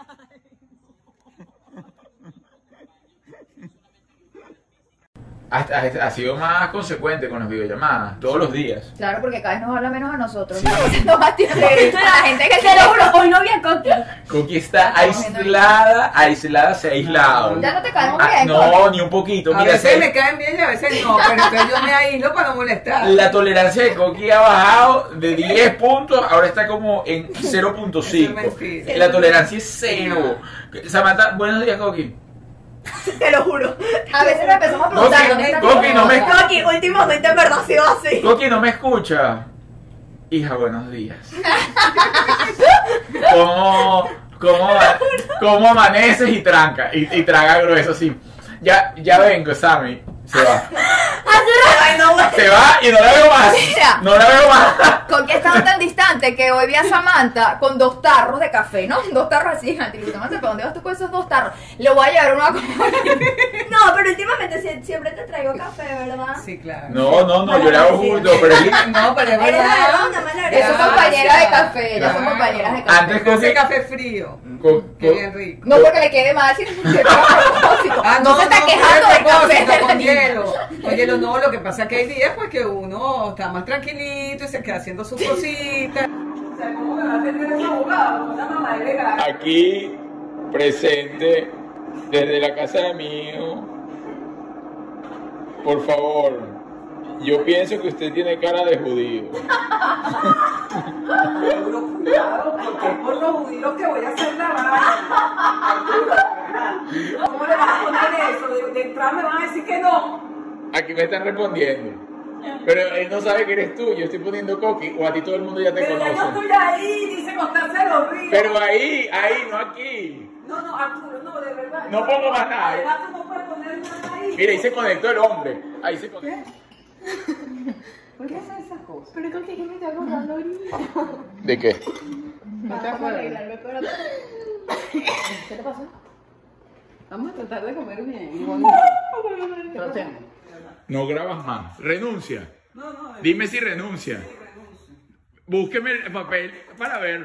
S7: Has, has- has sido más consecuente con las videollamadas, todos los días.
S3: Claro, porque cada vez nos habla menos a nosotros.
S7: Sí.
S3: No más tiempo a la gente que se
S8: Te lo juro, hoy no vi a Coqui.
S7: Cookie está
S3: Estamos viendo
S7: aislada, aislada, se ha aislado.
S3: Ya no te caemos
S7: Ah,
S3: bien. Coqui.
S7: no, ni un poquito.
S6: A
S7: Mira,
S6: veces
S7: se-
S6: me caen bien y a veces no, pero entonces yo me aíslo para no molestar.
S7: la tolerancia de Coqui ha bajado de 10 puntos, ahora está como en 0.5.
S6: mentira.
S7: La tolerancia es cero. Samantha, buenos días, Coqui.
S5: Te lo juro.
S3: A veces nos empezamos a preguntar. ¿dónde está
S7: Coqui, Coqui,
S3: tu
S7: no me-
S3: novia?
S5: Coqui, últimamente
S3: este
S5: en verdad ha sido así.
S7: Coqui no me escucha. Hija, buenos días. ¿Cómo, cómo, cómo amaneces y tranca? Y, y traga grueso así. Ya, ya vengo, Sammy. Se va.
S5: Ay, no, bueno.
S7: Se va y no la veo más.
S3: Mira.
S7: No la veo más.
S3: Coqui estaba tan distante que hoy vi a Samantha con dos tarros de café, ¿no? Dos tarros así gigantes. Y le digo, Samantha, ¿para dónde vas tú con esos dos tarros? Le voy a llevar uno a Coqui.
S5: No, pero últimamente sie- siempre te traigo café, ¿verdad?
S6: Sí, claro.
S7: No, no, no, yo la hago justo, pero es que
S6: No, pero es
S5: Eres
S6: verdad.
S5: una mala
S3: Ya son
S6: Gracias.
S3: compañeras de café, ya son
S6: Claro.
S3: compañeras de café.
S7: antes
S6: Ese
S7: Coqui.
S6: café frío.
S7: Co- co-
S6: Qué bien rico. Ah,
S3: No porque le quede mal, sino porque fue a propósito. no, se está
S6: no,
S3: quejando
S6: fue a
S3: del café
S6: propósito,
S3: de la
S6: con
S3: niña.
S6: hielo. Con hielo no, lo que pasa es que hay días pues que uno está más tranquilito y se queda haciendo sus cositas. O sea, ¿cómo me va a tener un abogado? Una mamá de legal.
S1: Aquí, presente, desde la casa de mi hijo. Por favor, yo pienso que usted tiene cara de judío.
S6: Seguro, cuidado, porque es por los judíos que voy a hacer la vaina. ¿Cómo le vas a poner eso? De, de entrada me van a decir que no.
S1: Aquí me están respondiendo. Pero él no sabe que eres tú, yo estoy poniendo coqui, o a ti todo el mundo ya te
S6: Pero ya yo
S1: conoce.
S6: estoy ahí, dice Constanza de los Ríos.
S1: Pero ahí, ahí, no aquí.
S6: No, no, Arturo, no, de verdad.
S1: No pongo más nada, ¿eh?
S6: Además, tú no puedes poner nada ahí.
S1: Mira, ahí se conectó el hombre. Ahí se conectó.
S6: ¿Por qué haces esas cosas?
S1: ¿De qué?
S6: No te acuerdas. Vamos a tratar de comer bien. y bonito. Tratemos.
S1: No grabas más. Renuncia. Dime si renuncia. Búsqueme el papel para ver.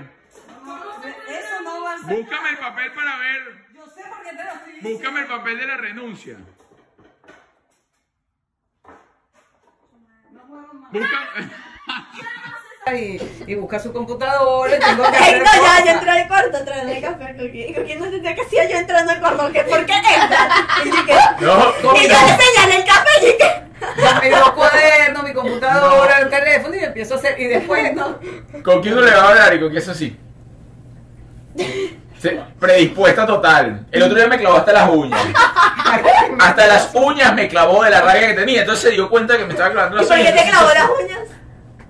S6: Eso no va a ser.
S1: Búscame el papel para ver.
S6: Yo sé por qué te lo estoy diciendo.
S1: Búscame el papel de la renuncia. Busca-
S6: Ahí, Y busca su computadora. y Tengo que
S5: Ey,
S6: hacer
S5: no, ya,
S6: cosas.
S5: yo entré al cuarto, traerme café con quién, con quién no sentía que hacía yo entrando al cuarto, que por qué entran? Y yo, que,
S7: No,
S5: y
S7: Coqui.
S5: yo le señalé el café y que,
S6: Mi dos cuadernos, mi computadora, el teléfono y empiezo a hacer. Y después, no.
S7: Coqui no le va a hablar y Coqui eso sí. Se- predispuesta total. El otro día me clavó hasta las uñas. Hasta las uñas me clavó de la rabia que tenía. Entonces se dio cuenta que me estaba clavando
S5: ¿y
S7: las
S5: por
S7: uñas.
S5: qué te clavó las uñas?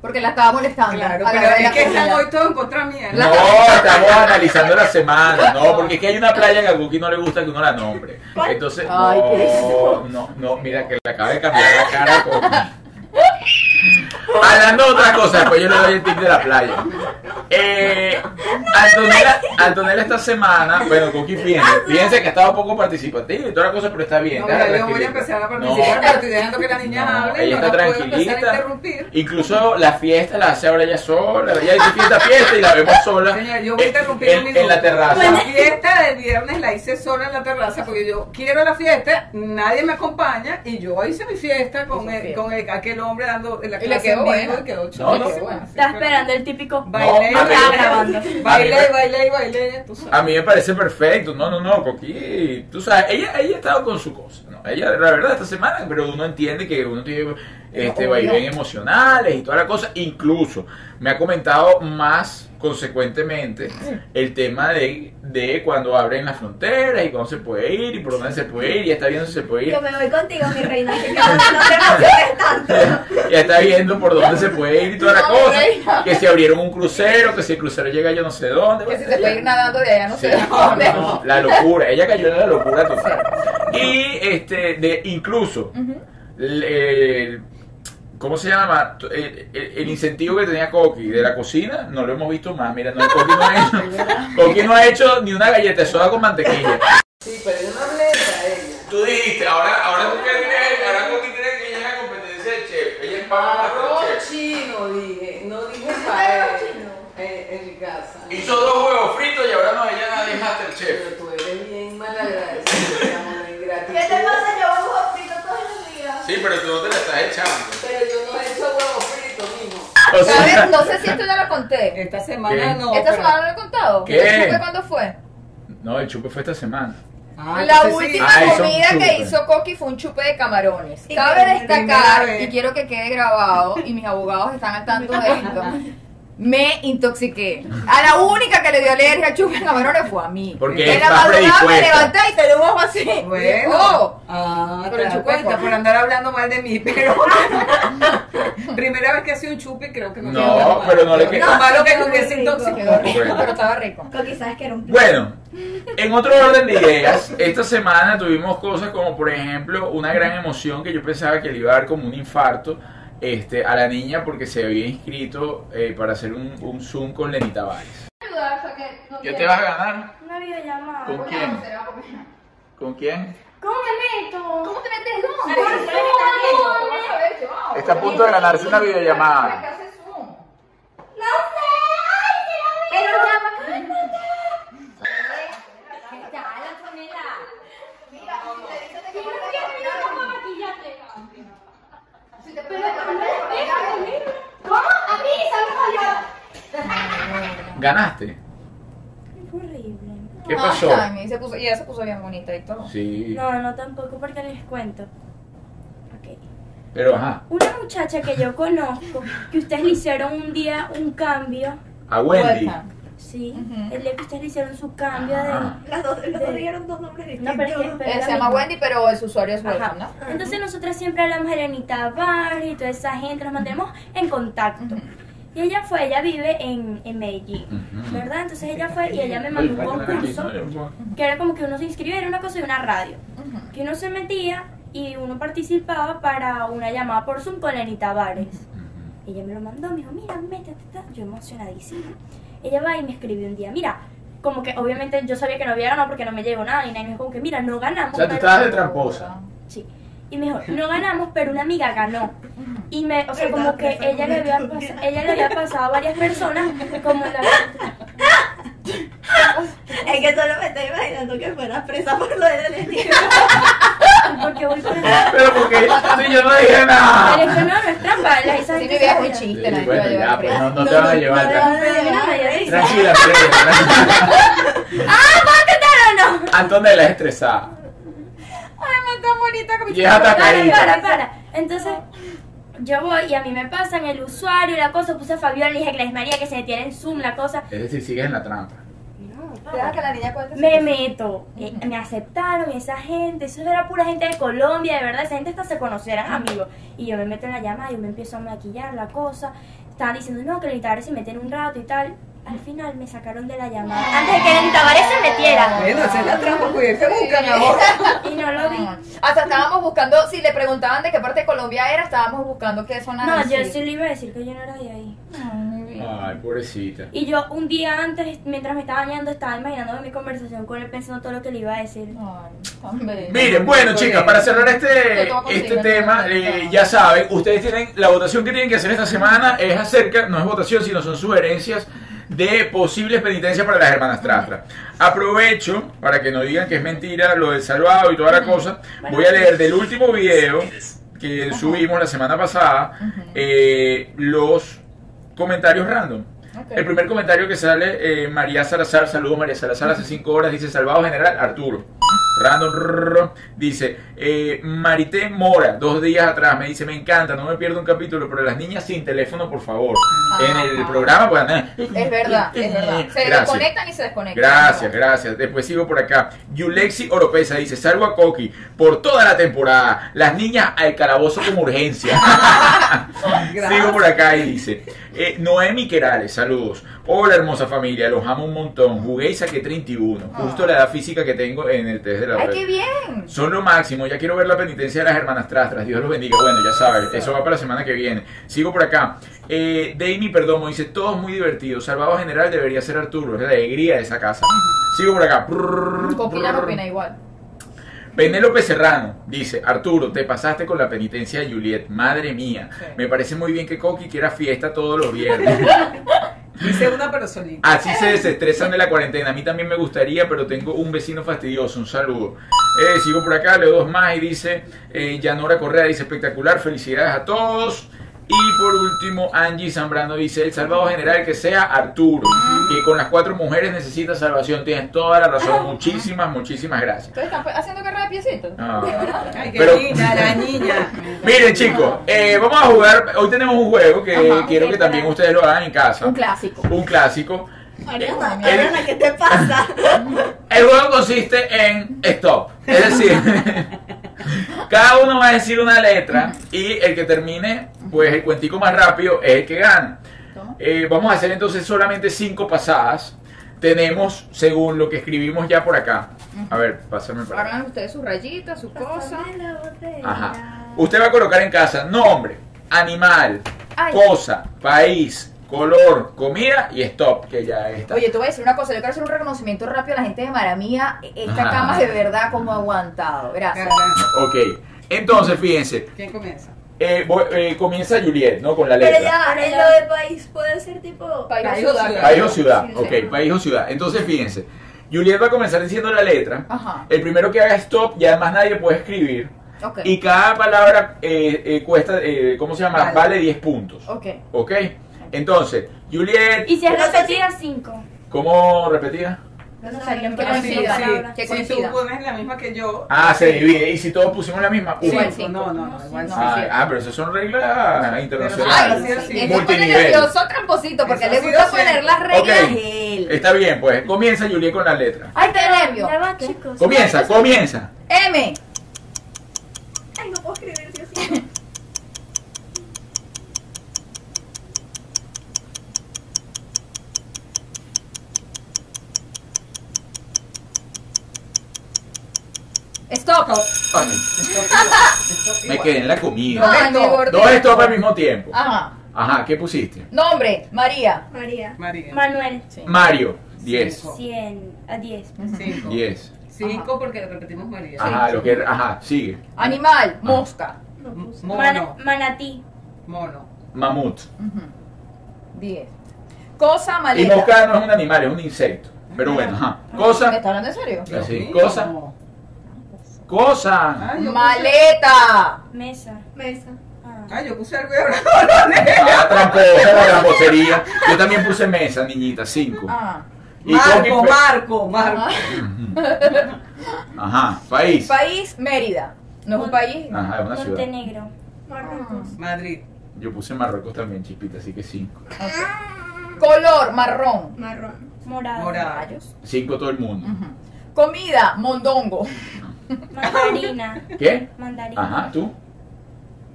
S3: Porque la estaba molestando.
S6: Claro,
S3: A la
S6: pero
S3: hora de
S6: es
S3: la
S6: que
S3: comida.
S6: están hoy todos en contra mía.
S7: No, estamos analizando la semana, no, porque es que hay una playa que a Cookie no le gusta que uno la nombre. Entonces,
S3: Ay, qué
S7: no, no, no, mira que le acaba de cambiar la cara a pues Cookie. Hablando de otra cosa, después yo le doy el tip de la playa. Eh,
S1: Antonella, Antonella esta semana, bueno, Cookie, fíjense, fíjense que ha estado poco participativa y toda la cosa, pero está bien.
S6: No,
S1: déjala
S6: ya yo voy a
S1: tranquilita.
S6: empezar a
S1: No.
S6: participar, pero estoy dejando que la niña
S1: No,
S6: hable y
S1: ella
S6: no
S1: está
S6: la puedo empezar a
S1: tranquilita.
S6: interrumpir.
S1: Incluso la fiesta la hace ahora ella sola. Ella dice fiesta, fiesta y la vemos sola.
S6: Señor, yo voy a
S1: en-
S6: interrumpir un
S1: en,
S6: minuto.
S1: en la terraza.
S6: La fiesta del viernes la hice sola en la terraza porque yo quiero la fiesta, nadie me acompaña y yo hice mi fiesta con, el- con el- aquel hombre dando la
S3: le
S6: clase
S3: quedó
S6: en vivo
S3: buena.
S6: y quedó
S1: No, no.
S6: chulísima. Sí,
S8: Está
S6: pero-
S8: esperando el típico.
S6: Bailé,
S1: No, a
S6: bailé,
S1: mí-
S8: grabando.
S6: bailé, bailé, bailé, tú sabes.
S1: A mí me parece perfecto. No, no, no, Coqui. Tú sabes, ella, ella ha estado con su cosa. ¿no? Ella, la verdad, esta semana, pero uno entiende que uno tiene este,
S3: Obvio.
S1: vaivén emocionales y toda la cosa. Incluso me ha comentado más consecuentemente el tema de, de cuando abren las fronteras y cuándo se puede ir y por dónde se puede ir. Y está viendo si se puede ir.
S5: Yo me voy contigo, mi reina. que No no te emociones tanto.
S1: Ya está viendo por dónde se puede ir y toda la
S3: No,
S1: cosa.
S3: reina.
S1: Que si abrieron un crucero, que si el crucero llega yo no sé dónde.
S3: Que si
S1: Bueno,
S3: se puede ir nadando de allá, no
S1: Sí,
S3: sé de dónde.
S1: no, la locura, ella cayó en la locura total. Y este, de incluso, le- el- ¿cómo se llama? El, el- el incentivo que tenía Coqui de la cocina, no lo hemos visto más. Mira, no, Coqui, no ha hecho, Coqui no ha hecho ni una galleta de soda con mantequilla.
S6: Sí, pero yo no hablé de ella.
S1: Tú dijiste, ahora, ahora tú crees, ahora Coqui cree que ella es la competencia del chef. Ella es
S6: Arroz chino dije, no dije para en, en mi casa.
S1: Hizo dos huevos fritos y ahora no, ella nadie es Masterchef.
S6: Pero tú eres bien malagradecida, mi amor, la
S5: ¿Qué
S6: ingratitud.
S5: te pasa? Yo hago huevo frito todos los días.
S1: Sí, pero tú no te la estás echando.
S6: Pero yo no he hecho huevo frito, mijo.
S1: O
S3: ¿Sabes? No sé si esto ya lo conté.
S6: Esta semana
S1: ¿Qué?
S6: no.
S3: ¿Esta
S6: pero-
S3: semana no lo he contado?
S1: ¿Qué?
S3: ¿No supe cuándo fue?
S1: No, el chupe fue esta semana.
S6: Ah,
S3: La
S6: entonces sí.
S3: última
S1: Ah, hizo un
S3: comida
S1: chupe.
S3: que hizo Coqui fue un chupe de camarones.
S5: Y
S3: Cabe
S5: que-
S6: primera
S3: destacar,
S6: vez.
S3: y quiero que quede grabado, y mis abogados están al tanto de esto. Me intoxiqué. A la única que le dio alergia al chupe de camarones fue a mí.
S1: Porque
S3: en la
S1: estás
S3: madrugada me
S1: predispuesta.
S3: levanté y te lo bajo así.
S6: Bueno.
S3: Oh.
S6: Ah,
S3: Pero el
S6: te das
S3: chupe es
S6: cuenta
S3: bueno.
S6: por andar hablando mal de mí, pero. Primera vez que hace un chupe, creo que no.
S1: No,
S6: queda tan mal.
S1: pero no le queda-
S6: Lo malo que
S5: No,
S6: lo hubiese
S3: Quedó
S5: rico.
S6: intoxicado.
S3: rico,
S1: Bueno.
S3: pero estaba rico.
S5: Coqui, sabes que era un plato.
S1: Bueno, en otro orden de ideas, esta semana tuvimos cosas como, por ejemplo, una gran emoción que yo pensaba que le iba a dar como un infarto este, a la niña porque se había inscrito eh, para hacer un, un Zoom con Lenny Tavares. ¿Qué te vas a ganar?
S8: Una videollamada.
S1: ¿Con quién? ¿Con quién?
S8: ¿Cómo me meto? ¿Cómo te metes? ¿Cómo?
S1: Está a punto de ganarse una videollamada.
S8: Pero ya me
S1: ¿Ganaste?
S8: Horrible.
S1: ¿Qué pasó?
S3: Ay, me Ah, se puso, y ella se puso bien bonita y todo.
S1: Sí,
S8: No, no tampoco porque les cuento. Ok.
S1: pero ajá,
S8: Una muchacha que yo conozco, que ustedes le hicieron un día un cambio,
S1: a Wendy.
S8: ¿sí?
S3: Ujú.
S8: El día que ustedes le hicieron su cambio
S1: Ah.
S8: de...
S5: Las dos, los dos
S8: De-
S5: dieron dos nombres
S8: No,
S5: distintos.
S8: pero es que- pero
S3: Eh,
S8: es
S3: se
S8: la
S3: llama
S8: misma.
S3: Wendy, pero su usuario es Welcome, ¿no?
S8: Entonces nosotras siempre hablamos de Lenita Bar y toda esa gente, nos mantenemos en contacto. Y ella fue, ella vive en, en Medellín,
S1: Ujú.
S8: ¿verdad? Entonces ella fue y ella me mandó un concurso que era como que uno se inscribía, era una cosa de una radio, que uno se metía y uno participaba para una llamada por Zoom con Lenita Bares. Ella me lo mandó, me dijo, mira, métete, ta". yo emocionadísima. Ella va y me escribe un día, mira, como que obviamente yo sabía que no había ganado porque no me llegó nada, y nadie me dijo como que, mira, no ganamos.
S1: O sea, tú
S8: pero-".
S1: estabas de tramposa.
S8: Sí. Y me dijo, no ganamos, pero una amiga ganó. Y me, o sea,
S5: ¿Verdad?
S8: como que
S5: Eso
S8: ella le,
S5: no
S8: había
S5: lo
S8: pas-
S5: entendía.
S8: ella le había pasado a varias personas, como la...
S5: Es que solo me estoy imaginando que fuera presa por lo de la lesbiana.
S8: Porque voy por el...
S1: Pero porque si yo no dije nada.
S8: El no, no es trampa, la
S3: Sí,
S8: esa
S3: mi
S8: gente
S3: vida es
S8: sabe.
S3: un
S1: Sí,
S3: chiste, la gente va
S1: bueno, ya,
S3: a llevar
S1: pues no,
S3: presa.
S1: no te van a llevar.
S5: No,
S1: tra-
S5: no, no, no, no, no, no.
S1: Tranquila, Freddy, tranquila.
S8: ¡Ah, ¿puedo cantar o no?
S1: Antonella es estresada.
S3: Ay, tan bonita como
S1: Y es atacadita.
S8: Para, para, para. Entonces, yo voy y a mí me pasan el usuario, la cosa, puse a Fabiola, le dije que les María que se detiene en Zoom, la cosa.
S1: Es decir, sigues en la trampa.
S8: No,
S3: Deja que la niña cuente. su
S8: me
S3: cosa.
S8: meto. Eh, Me aceptaron y esa gente, eso era pura gente de Colombia, de verdad, esa gente hasta se conocieran amigos. Y yo me meto en la llamada, yo me empiezo a maquillar la cosa. Estaban diciendo, no, que los Tavares se meten un rato y tal. Al final me sacaron de la llamada. Antes de que los Tavares se metieran.
S6: Bueno, esa es la trampa, cuídate, busca, mi amor.
S8: Y no lo vi.
S3: Hasta estábamos buscando, si le preguntaban de qué parte de Colombia era, estábamos buscando qué zona
S8: No, yo
S3: decir. Ah.
S8: sí le iba a decir que yo no era de ahí.
S3: Ay, mi vida.
S1: Ay, pobrecita.
S8: Y yo un día antes, mientras me estaba bañando, estaba imaginándome mi conversación con él, pensando todo lo que le iba a decir.
S1: Miren, bueno chicas, para cerrar este,
S4: tengo que
S1: este
S4: conseguir
S1: tema,
S4: una pregunta.
S1: eh, ya saben, ustedes tienen, la votación que tienen que hacer esta semana es acerca, no es votación, sino son sugerencias de posibles penitencias para las hermanas Trastra. Aprovecho, para que no digan que es mentira lo del salvado y toda la cosa, voy a leer del último video que subimos la semana pasada eh, los comentarios random. El primer comentario que sale, eh, María Salazar, saludo María Salazar, hace cinco horas, dice, salvado general Arturo. Random rrrr, dice, eh, Marité Mora, dos días atrás, me dice, me encanta, no me pierdo un capítulo, pero las niñas sin teléfono, por favor. en el
S4: Ajá.
S1: programa, pues... eh,
S4: Es verdad, es verdad. Se
S1: Gracias.
S4: conectan y se desconectan.
S1: Gracias, gracias. Después sigo por acá. Yulexi Oropesa dice, salvo a Coqui por toda la temporada. Las niñas al calabozo con urgencia. sigo por acá y dice, eh, Noemi Querales, saludos. Hola hermosa familia, los amo un montón. Jugué y saqué 31, justo la edad física que tengo en el test de la
S3: Ah. ¡Ay,
S1: web.
S3: qué bien!
S1: Son lo máximo, ya quiero ver la penitencia de las hermanas Trastras, Dios los bendiga. Bueno, ya sabes, eso va para la semana que viene. Sigo por acá. Eh, Dami Perdomo dice, todos muy divertidos, Salvado General debería ser Arturo, es la alegría de esa casa. Sigo por acá. Prrr,
S4: Coquilla no
S1: prrr.
S4: opina igual.
S1: Penélope Serrano dice, Arturo, te pasaste con la penitencia de Juliet, madre mía. Me parece muy bien que Coqui quiera fiesta todos los viernes.
S6: Dice una pero solita.
S1: Así se desestresan de la cuarentena. A mí también me gustaría, pero tengo un vecino fastidioso. Un saludo. Eh, sigo por acá, leo dos más y dice, eh, Yanora Correa dice espectacular, felicidades a todos. Y por último, Angie Zambrano dice, el salvado general que sea Arturo, que con las cuatro mujeres necesita salvación. Tienes toda la razón. Muchísimas, muchísimas gracias.
S4: Ustedes
S3: pues,
S4: están haciendo carrera de piecitos.
S1: Ah.
S6: Ay, qué
S1: Pero-
S6: linda la niña.
S1: Miren chicos, eh, vamos a jugar, hoy tenemos un juego que quiero que también ustedes lo hagan en casa.
S4: Un clásico.
S1: Un clásico. Eh,
S5: Mariana, Mariana, ¿qué te pasa?
S1: El juego consiste en stop. Es decir, cada uno va a decir una letra y el que termine, pues el cuentico más rápido es el que gana. Eh, vamos a hacer entonces solamente cinco pasadas. Tenemos, según lo que escribimos ya por acá. A ver, pásame para acá.
S4: Hagan ustedes sus rayitas, sus cosas.
S5: Pásame la botella.
S1: Ajá. Usted va a colocar en casa nombre, animal, cosa, país, color, comida y stop, que ya está.
S3: Oye, te voy a decir una cosa, yo quiero hacer un reconocimiento rápido a la gente de Maramía. Esta
S1: Ajá.
S3: cama de verdad como ha aguantado. Gracias.
S1: Ok. Entonces, fíjense,
S6: ¿Quién comienza?
S1: eh, voy- eh, comienza Juliet, ¿no? Con la letra.
S5: Pero ya, en lo de país puede ser tipo.
S4: Para ir a
S6: Cayó
S4: sudar.
S6: ciudad.
S1: País o ciudad,
S4: Sí, sí.
S1: ok, país o ciudad. Entonces fíjense, Juliet va a comenzar diciendo la letra.
S3: Ajá.
S1: El primero que haga stop y además nadie puede escribir.
S3: Ok.
S1: Y cada palabra eh, eh, cuesta, eh, ¿cómo se llama? Vale,
S6: Vale.
S1: 10 puntos.
S3: Ok.
S1: Ok, entonces, Juliet,
S8: Y si es
S5: Pero eso
S8: repetida, cinco.
S1: ¿cómo repetía?
S8: No
S3: alguien que
S8: pero
S3: coincida.
S8: cinco palabras.
S3: Que
S6: si tú
S3: coincida.
S6: pones la misma que yo.
S1: Ah, se divide. Y si todos pusimos la misma,
S6: Sí,
S1: una.
S3: Igual cinco.
S6: No, no, no, igual
S3: No.
S6: cinco.
S1: Ah, ah, pero esas son reglas
S6: Ay,
S1: internacionales.
S6: sí, sí.
S3: Este pone
S1: Multinivel.
S3: nervioso tramposito porque
S6: Eso
S3: le
S6: ha sido
S3: gusta poner
S6: siempre.
S3: las reglas
S1: Ok.
S3: él.
S1: Está bien, pues, comienza Juliet con la letra.
S3: Ay, qué nervio.
S8: Ya va, chicos.
S1: Comienza, comienza.
S3: M.
S5: Ay, no puedo escribir, Dios mío.
S3: Stop.
S1: Ay, Ah.
S6: Esto
S1: Me
S6: igual.
S1: quedé en la comida.
S3: Ay, mi
S6: Dos.
S3: gordito.
S1: Dos stop al mismo tiempo.
S3: Ajá.
S1: Ajá, ¿qué pusiste?
S3: Nombre, María.
S5: María.
S6: María.
S8: Manuel.
S1: Mario, 10.
S6: Cinco.
S8: Cien. A diez.
S6: Cinco.
S1: 10.
S6: Cinco porque repetimos María.
S1: Ajá, lo que ajá, sigue. Ah.
S3: Animal, mosca.
S5: No puse.
S6: Mono.
S8: manatí.
S6: Mono.
S1: Mamut.
S3: Diez. Cosa,
S1: Y
S3: maleta.
S1: mosca no es un animal, es un insecto. Pero bueno, ajá.
S3: ¿Me
S1: Cosa,
S3: está hablando en serio?
S6: Dios
S1: Así,
S6: mío.
S1: cosa. cosa.
S6: Ay, yo puse-
S3: Maleta.
S8: Mesa.
S5: Mesa.
S8: Ah.
S6: Ay, yo puse algo y ahora no lo leo.
S1: Ah, tramposa, la tramposería. Yo también puse mesa, niñita, 5.
S3: Ajá.
S6: Marco, Marco, Marco.
S1: Ajá, país.
S3: País, Mérida. No es un país.
S1: Ajá, es una ciudad.
S8: Montenegro.
S5: Marruecos.
S6: Madrid.
S1: Yo puse Marruecos también, chispita, así que 5.
S8: Ah.
S3: Color, marrón.
S5: Marrón.
S8: Morado.
S6: Morada.
S3: Rayos.
S1: 5 todo el mundo.
S3: Comida, mondongo.
S8: Mandarina.
S1: ¿Qué?
S8: Mandarina.
S1: Ajá, tú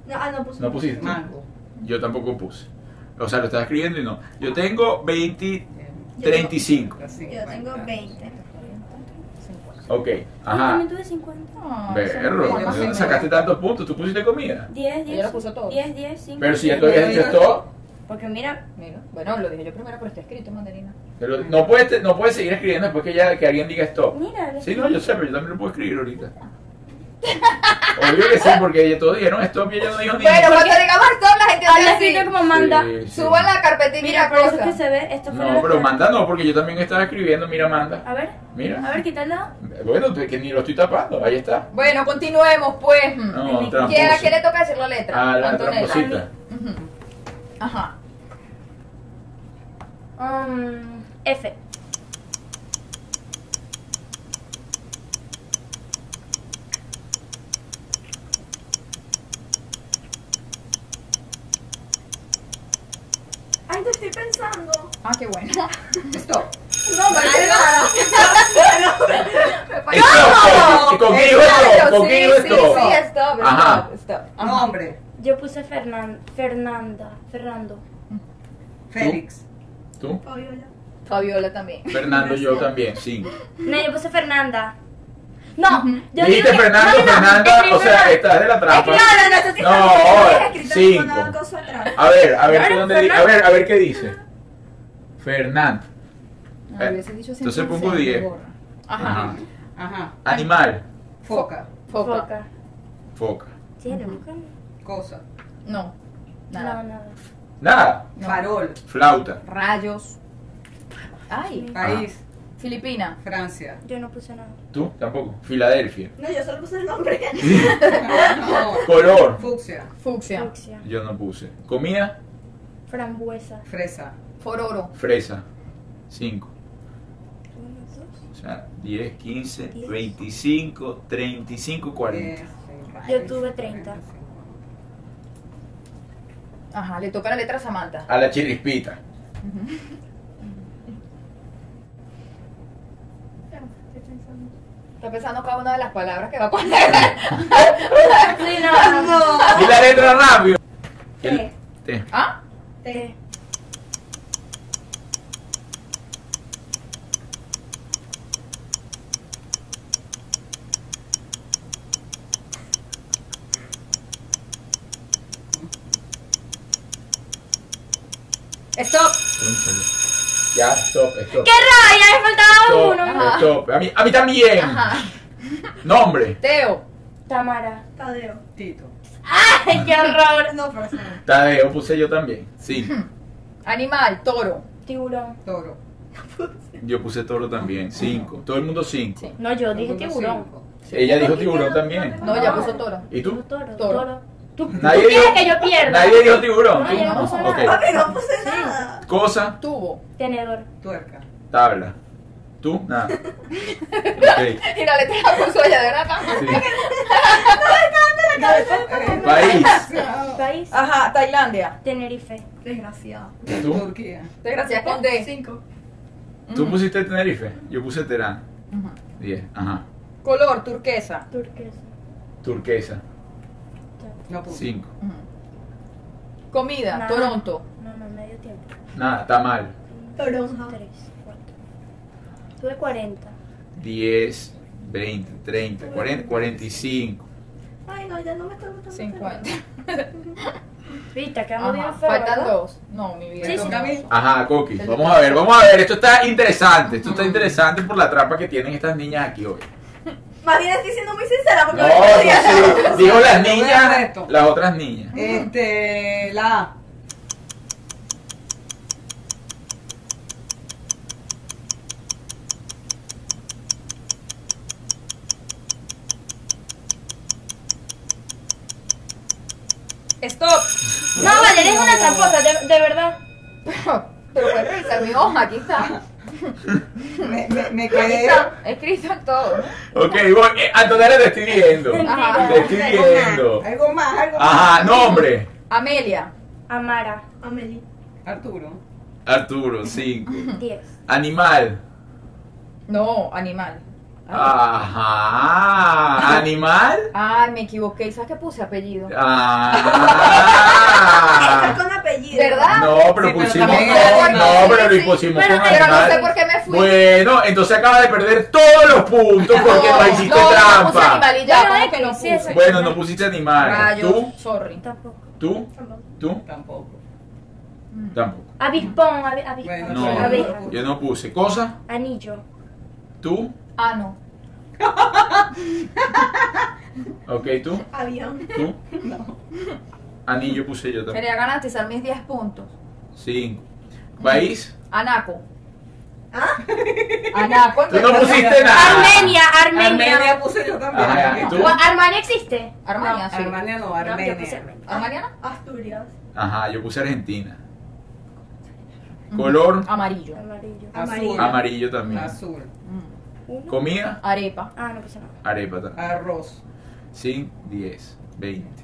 S5: No, ah, no puse.
S1: no pusiste.
S6: Mango.
S1: Yo tampoco puse. O sea, lo estaba escribiendo y no. Yo tengo 20, 35.
S6: Así,
S5: Yo tengo
S6: bueno.
S5: 20.
S1: Ok,
S8: Yo
S1: ajá.
S8: también tuve 50.
S3: Ah,
S1: Berro,
S3: son
S1: ¿de
S3: buenos.
S1: dónde sacaste tantos puntos? ¿Tú pusiste comida?
S8: 10,
S3: Ella lo
S8: 10.
S3: puso todo.
S8: 10, 10, 5.
S1: Pero si ya tú habías dicho todo,
S8: Porque mira,
S3: Mira, Bueno, lo dije yo primero, pero está escrito en mandarina.
S1: Pero no puedes, no puedes seguir escribiendo después que ya que alguien diga stop.
S8: mira.
S1: Sí, no, yo sé, pero yo también lo puedo escribir ahorita. Obvio que sí, porque ya todos dijeron stop y ella no dijo ni
S3: Bueno, cuando digamos toda la gente
S8: Habla
S3: así.
S8: así como manda.
S1: Sí, sí.
S3: Suba la carpetilla
S8: Mira, por eso es que se ve, esto fue
S1: No,
S8: lo
S1: pero manda no, porque yo también estaba escribiendo, mira, manda.
S8: A ver, a
S1: Mira.
S8: ver, quítala.
S1: Bueno, te- que ni lo estoy tapando, ahí está.
S3: Bueno, continuemos pues. Mm.
S1: No,
S8: ¿Quién-
S3: ¿Quién- ¿A quién
S1: tramposo.
S3: le toca decir la letra?
S1: A la
S3: Antonella.
S1: tramposita.
S3: Ujú. Ajá.
S8: Um, F.
S5: Ay, te estoy pensando.
S3: Ah, qué bueno. Stop.
S1: Stop, ¿Con qué dijo esto? ¿Con qué dijo
S3: Sí, sí,
S1: esto?
S3: sí, stop,
S1: Ajá.
S3: stop, stop.
S6: No, hombre.
S8: Yo puse Fernan Fernanda, Fernando.
S6: Félix.
S1: ¿Tú?
S5: Fabiola.
S3: Fabiola también.
S1: Fernando, yo también, sí.
S8: No, yo puse Fernanda. No, yo digo
S1: Dijiste
S8: que-
S1: Fernando,
S8: no, no, no,
S1: Fernanda,
S8: escribí
S1: o sea,
S8: Fernanda.
S1: estás de la trampa.
S5: Claro,
S1: No, ahora, cinco. A ver, a ver, ¿tú dónde di- a ver, a ver qué dice. Fernando.
S3: Ah, hubiese dicho
S1: Eh, Entonces
S3: sentarse,
S1: pongo diez.
S3: gorra. Ajá.
S1: Ajá.
S6: Ajá.
S1: Animal.
S6: Foca.
S3: Foca.
S8: Foca.
S1: Foca.
S8: Sí, era foca.
S6: Cosa.
S3: No.
S8: No,
S3: Nada.
S8: no.
S1: Nada.
S6: Farol.
S1: Flauta.
S3: Rayos.
S8: Ah.
S3: Ay.
S6: País.
S3: Filipina.
S6: Francia.
S8: Yo no puse nada.
S1: ¿Tú? Tampoco. Filadelfia.
S5: No, yo solo puse el nombre.
S6: No.
S1: Color.
S6: Fucsia.
S3: Fucsia.
S8: Fucsia.
S1: Yo no puse. Comida.
S8: Frambuesa.
S6: Fresa.
S3: Fororo.
S1: Fresa. 5.
S8: Uno, dos.
S1: O sea, 10, 15, 25, 35, 40.
S6: Diez, seis,
S8: Yo
S6: seis,
S8: tuve
S6: cuarenta,
S8: 30.
S6: Eh, cinco.
S3: Ajá, le toca la letra a
S8: Eh.
S3: Samantha.
S1: A la chirispita.
S3: Está pensando cada una de las palabras que va a poner.
S8: Sí, no, no.
S1: Y la letra rápido. El- T.
S3: ¿Ah?
S8: T.
S3: Stop.
S1: Cónchale. Ya, stop, stop.
S8: ¡Qué rabia! Me faltaba
S1: Stop,
S8: uno.
S3: Ajá.
S1: stop. A mí, a mí también.
S3: Ajá.
S1: Nombre.
S3: Teo.
S8: Tamara.
S5: Tadeo.
S6: Tito.
S8: ¡Ay, qué horror!
S5: No, por favor.
S1: Tadeo puse yo también. Sí.
S3: Animal. Toro.
S8: Tiburón.
S6: Toro.
S1: Yo puse toro también. Cinco. Todo el mundo cinco.
S3: Sí.
S8: No, yo dije
S6: Todo
S8: tiburón.
S6: cinco.
S1: Ella dijo tiburón también.
S3: No, ya puso toro.
S1: ¿Y tú?
S8: Toro,
S3: Toro.
S8: toro. ¿Tú, tú
S1: Nadie
S8: quieres
S1: dijo-
S8: que yo pierda?
S1: Nadie dijo tiburón.
S8: No,
S1: ¿Tú?
S8: yo no
S1: No,
S8: puse nada.
S1: ok.
S5: Papi, no puse nada.
S1: Cosa,
S3: Tubo.
S8: Tenedor.
S6: Tuerca.
S1: tabla. ¿Tú? Nada. Ok.
S3: Y la letra la puso allá de una cama.
S1: Sí.
S6: Eh,
S1: País.
S8: País.
S3: Ajá, Tailandia.
S8: Tenerife.
S5: Desgraciado.
S1: ¿Tú?
S6: Turquía.
S3: Desgraciada con D.
S5: Cinco.
S1: ¿Tú
S3: Mm.
S1: pusiste Tenerife? Yo puse Terán. Diez. Ajá.
S3: Color, turquesa.
S8: Turquesa.
S1: Turquesa.
S6: No puse.
S1: Cinco.
S3: Comida,
S8: Nada.
S3: Toronto.
S8: No, no, medio tiempo.
S1: Nada, tamal.
S5: Toronja.
S8: Tres, cuatro. Tuve 40.
S1: 10, 20, 30, 40, 45.
S5: Ay, no, ya no me está gustando. este
S3: 50.
S8: Viste, quedamos
S3: Ajá,
S8: bien feos.
S3: faltan
S8: ¿verdad?
S3: dos. No, mi
S6: Eh,
S3: vida.
S8: Sí, sí.
S3: toca a mí.
S1: Ajá, Coqui. Vamos a ver, vamos a ver. Esto está interesante. Esto está interesante por la trampa que tienen estas niñas aquí hoy.
S5: Más bien estoy siendo muy sincera porque
S1: No,
S5: me
S1: no
S5: podía
S1: sé. Digo las
S6: Yo voy a hacer
S1: niñas,
S6: esto.
S1: las otras niñas.
S6: Este, la A.
S3: Stop.
S8: No, vale, eres una tramposa, de, de verdad.
S3: Pero puedes revisar mi hoja, aquí está.
S6: Me, me, me
S3: Aquí
S6: quedé.
S3: está. Escrito en todo.
S1: Ok, voy. eh, Antonella te estoy viendo.
S5: Ah,
S3: Ajá.
S1: Te estoy viendo.
S6: Algo más, algo más.
S1: Ajá, nombre.
S3: Amelia.
S8: Amara.
S5: Amelie.
S6: Arturo.
S1: Arturo, 5.
S8: 10.
S1: Animal.
S3: No, animal.
S1: Ah. Ajá. Animal.
S3: Ay, me equivoqué. ¿Sabes qué puse apellido?
S5: Está
S1: Ah.
S5: con apellido.
S3: ¿Verdad?
S1: No, pero
S6: Sí, pero
S1: pusimos.
S6: también-
S1: No, no,
S3: Sí,
S1: pero
S3: sí,
S1: lo pusimos
S3: pero
S1: con
S3: no- pero no sé
S1: animal.
S3: por qué me fui.
S1: Bueno, entonces acaba de perder todos los puntos porque
S3: No,
S1: no hiciste
S3: no, No puse
S1: trampa.
S3: animal y ya,
S8: Pero
S3: como
S8: X,
S3: que no
S8: sí,
S3: puse.
S8: exacto.
S3: Ah,
S1: Bueno, no pusiste animal.
S3: Rayos,
S1: ¿Tú?
S3: sorry.
S8: Tampoco.
S1: ¿Tú? ¿Tú?
S6: Tampoco.
S1: Tampoco.
S8: Avispón, avi- avispón.
S6: Bueno,
S1: No,
S8: abeja.
S1: yo no puse. Cosa,
S8: Anillo.
S1: tú.
S4: Ah, no.
S1: Ok, tú.
S5: Avión.
S1: Tú. Anillo puse yo también.
S4: Quería garantizar mis 10 puntos.
S1: Cinco. País.
S4: Anaco.
S5: ¿Ah?
S4: Anaco.
S1: Tú no pusiste nada.
S8: Armenia, Armenia.
S6: Armenia puse yo también.
S1: Ajá, ¿y tú?
S8: Gua- ¿Armenia existe?
S4: Armenia, sí.
S6: Armenia no,
S8: No, yo puse
S6: Armenia.
S8: Armenia.
S4: ¿Armenia?
S5: Asturias.
S1: Ajá, yo puse Argentina. Color.
S4: Amarillo.
S8: Amarillo.
S6: Azul.
S1: Amarillo también.
S6: Azul.
S3: Mm.
S8: Uno.
S1: Comida.
S4: Arepa.
S8: Ah, no puse nada.
S1: Arepa también.
S6: Arroz.
S1: 5, 10, 20,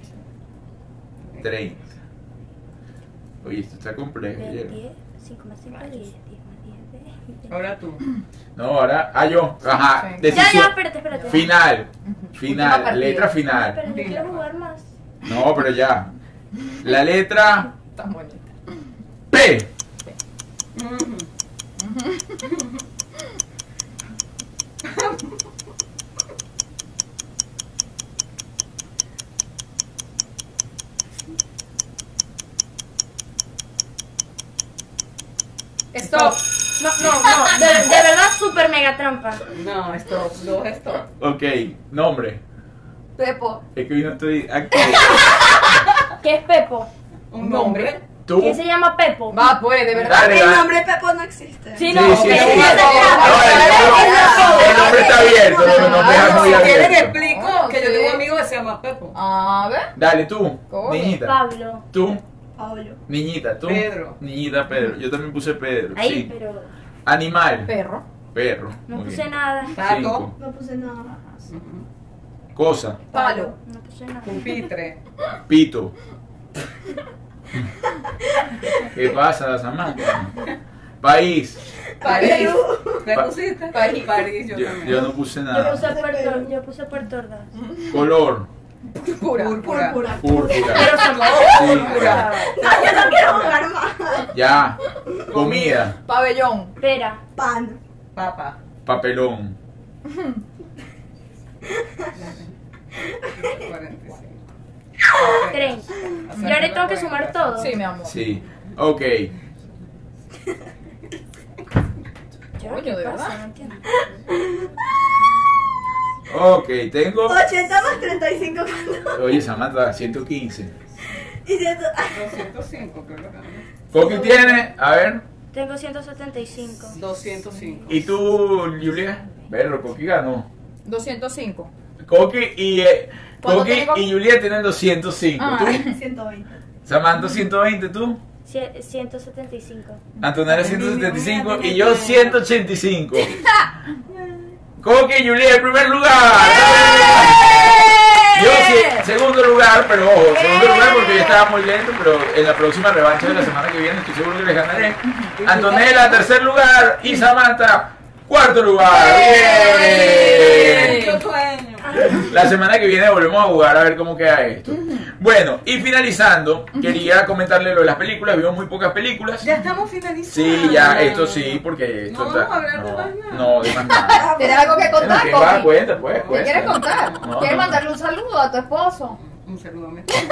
S1: 30. Oye, esto está complejo. ¿oyeron?
S8: 10, 5 más 5, 10, 10 más 10, 20.
S6: Ahora tú.
S1: No, ahora. Ah, yo. Ajá.
S4: Sí.
S8: Ya, ya,
S1: Decisión.
S8: espérate, espérate.
S1: Final.
S4: Última partida.
S1: Final. Letra final.
S8: Pero yo quiero jugar más.
S1: No, pero ya. La letra
S4: Tan bonita.
S1: P.
S6: Mm.
S4: Stop.
S8: No, no, no. De, de verdad, super mega trampa.
S6: No, stop. Dos stop.
S1: Ok. Nombre.
S4: Pepo.
S1: Es que hoy no estoy aquí.
S8: ¿Qué es Pepo?
S6: Un nombre.
S1: Tú.
S8: ¿Quién se llama Pepo?
S4: Va, pues, de verdad.
S1: Dale,
S5: El
S1: dale.
S5: nombre Pepo no existe.
S1: Sí,
S8: Sí, no,
S1: sí,
S8: ok.
S1: sí.
S8: Ese
S1: No,
S8: es
S1: no, El nombre está abierto. no, El nombre está muy
S6: Ah, Si quieren
S1: abierto. Ah,
S6: explico
S4: Ah,
S6: que yo
S4: sí.
S6: tengo un amigo que se llama Pepo.
S4: A ver.
S1: Dale, tú.
S4: Coño.
S1: Niñita.
S8: Pablo.
S1: Tú.
S5: Pablo.
S1: Niñita, tú.
S6: Pedro.
S1: Niñita, Pedro. Yo también puse Pedro.
S8: Ahí,
S1: sí.
S8: pero
S1: Animal.
S4: Perro.
S1: Perro.
S8: no
S1: Muy
S8: puse
S1: bien.
S8: nada.
S6: Tato.
S1: Cinco.
S5: No puse nada.
S1: Cosa.
S4: Palo.
S8: No puse nada.
S6: Pupitre.
S1: Pito. ¿Qué pasa, Samantha? País.
S6: París. ¿Te
S1: Pa-
S6: pusiste?
S4: París.
S6: París, yo
S1: Yo, yo
S6: también.
S1: no puse
S8: Yo
S1: nada.
S8: puse Puerto, yo puse Puerto Ordaz.
S1: Color.
S4: Pura.
S6: Púrpura.
S5: Púrpura.
S1: Púrpura. Púrpura.
S5: No, yo no quiero jugar más.
S1: Ya. Comida.
S4: Pabellón.
S8: Pera.
S5: Pan.
S6: Papa.
S1: Papelón.
S6: 45.
S8: 30. Yo ahora tengo que sumar todo.
S4: Sí, mi amor.
S1: Sí. Ok.
S8: Yo,
S4: Coño,
S8: ¿qué
S4: de
S8: pasa?
S4: verdad.
S8: No entiendo.
S1: Ok, tengo.
S5: 80 más 35 ¿cuánto?
S1: Oye, Samantha, 115.
S5: Y ah, siento.
S6: 205, creo que era.
S1: Coqui tiene. A ver.
S8: Tengo 175.
S6: 205.
S1: ¿Y tú, Julia? Verlo, Coqui ganó.
S4: 205.
S1: Coqui y. eh,
S4: ¿Cuánto
S1: Coqui
S4: tengo?
S1: y Julia tienen 205.
S4: Ah.
S1: ¿Tú?
S5: 120.
S1: Samantha 120, tú.
S8: Cie- 175.
S1: Antonella 175 y yo 185. Coqui y Julia en primer lugar.
S3: ¡Eh!
S4: ¡Eh!
S1: Yo sí, segundo lugar, pero ojo, segundo lugar porque yo estaba muy lento, pero en la próxima revancha de la semana que viene estoy seguro que les ganaré. Antonella, tercer lugar y Samantha, cuarto lugar. Bien.
S6: Yo sueño.
S1: La semana que viene volvemos a jugar a ver cómo queda esto. Bueno, y finalizando, quería comentarle lo de las películas. Vimos muy pocas películas.
S6: Ya estamos finalizando.
S1: Sí, ya, esto sí, porque esto
S6: No
S1: está-
S6: vamos a hablar de
S1: no,
S6: más nada.
S1: No, de más nada.
S4: ¿Tienes algo que
S1: Bueno,
S4: contar,
S1: ¿qué va?
S4: Coqui?
S1: Cuenta, pues,
S4: ¿Qué
S1: cuenta.
S4: quieres contar?
S1: No,
S4: ¿Quieres
S1: no.
S4: mandarle un saludo a tu esposo?
S6: Un saludo a mi esposo. Un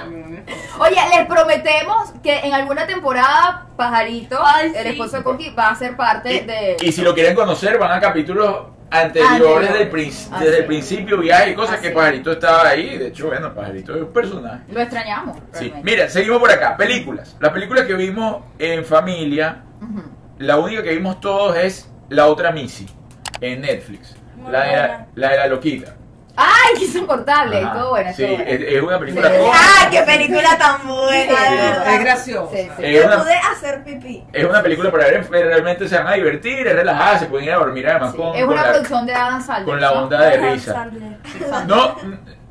S6: saludo a mi esposo.
S4: Oye, les prometemos que en alguna temporada, Pajarito,
S8: Ay,
S4: el
S8: sí.
S4: esposo de Coqui, va a ser parte
S1: Y,
S4: de...
S1: y si lo quieren conocer, van a capítulos anteriores del prin-
S6: Ah,
S4: Así
S1: desde
S4: es.
S1: el principio, viaje y cosas
S4: Así
S1: que
S4: es.
S1: Pajarito estaba ahí. De hecho, bueno, Pajarito es un personaje.
S4: Lo extrañamos.
S1: Sí.
S4: realmente.
S1: Mira, seguimos por acá. Películas. Las películas que vimos en familia,
S4: Ujú.
S1: la única que vimos todos es La Otra Missy en Netflix.
S8: Muy
S1: La de la,
S8: buena.
S1: la de la loquita.
S4: ay, qué insoportable,
S1: Ajá.
S4: todo bueno,
S1: Sí,
S4: todo bueno.
S1: es, es una película
S4: Sí.
S1: cómica.
S5: ¡Ah, qué película tan buena!
S1: Sí.
S5: De
S6: Es
S5: verdad.
S6: gracioso.
S4: Sí, sí.
S1: Es
S5: Yo
S1: una-
S5: pude hacer pipí.
S1: Es una película para ver, pero realmente se van a divertir, es relajada, se pueden ir a dormir además
S4: Sí.
S1: con,
S4: Es
S1: con
S4: una
S1: la,
S4: producción de Adam Sandler.
S1: con la
S4: ¿no?
S1: onda de
S8: Adam
S1: risa.
S8: Sandler.
S1: No,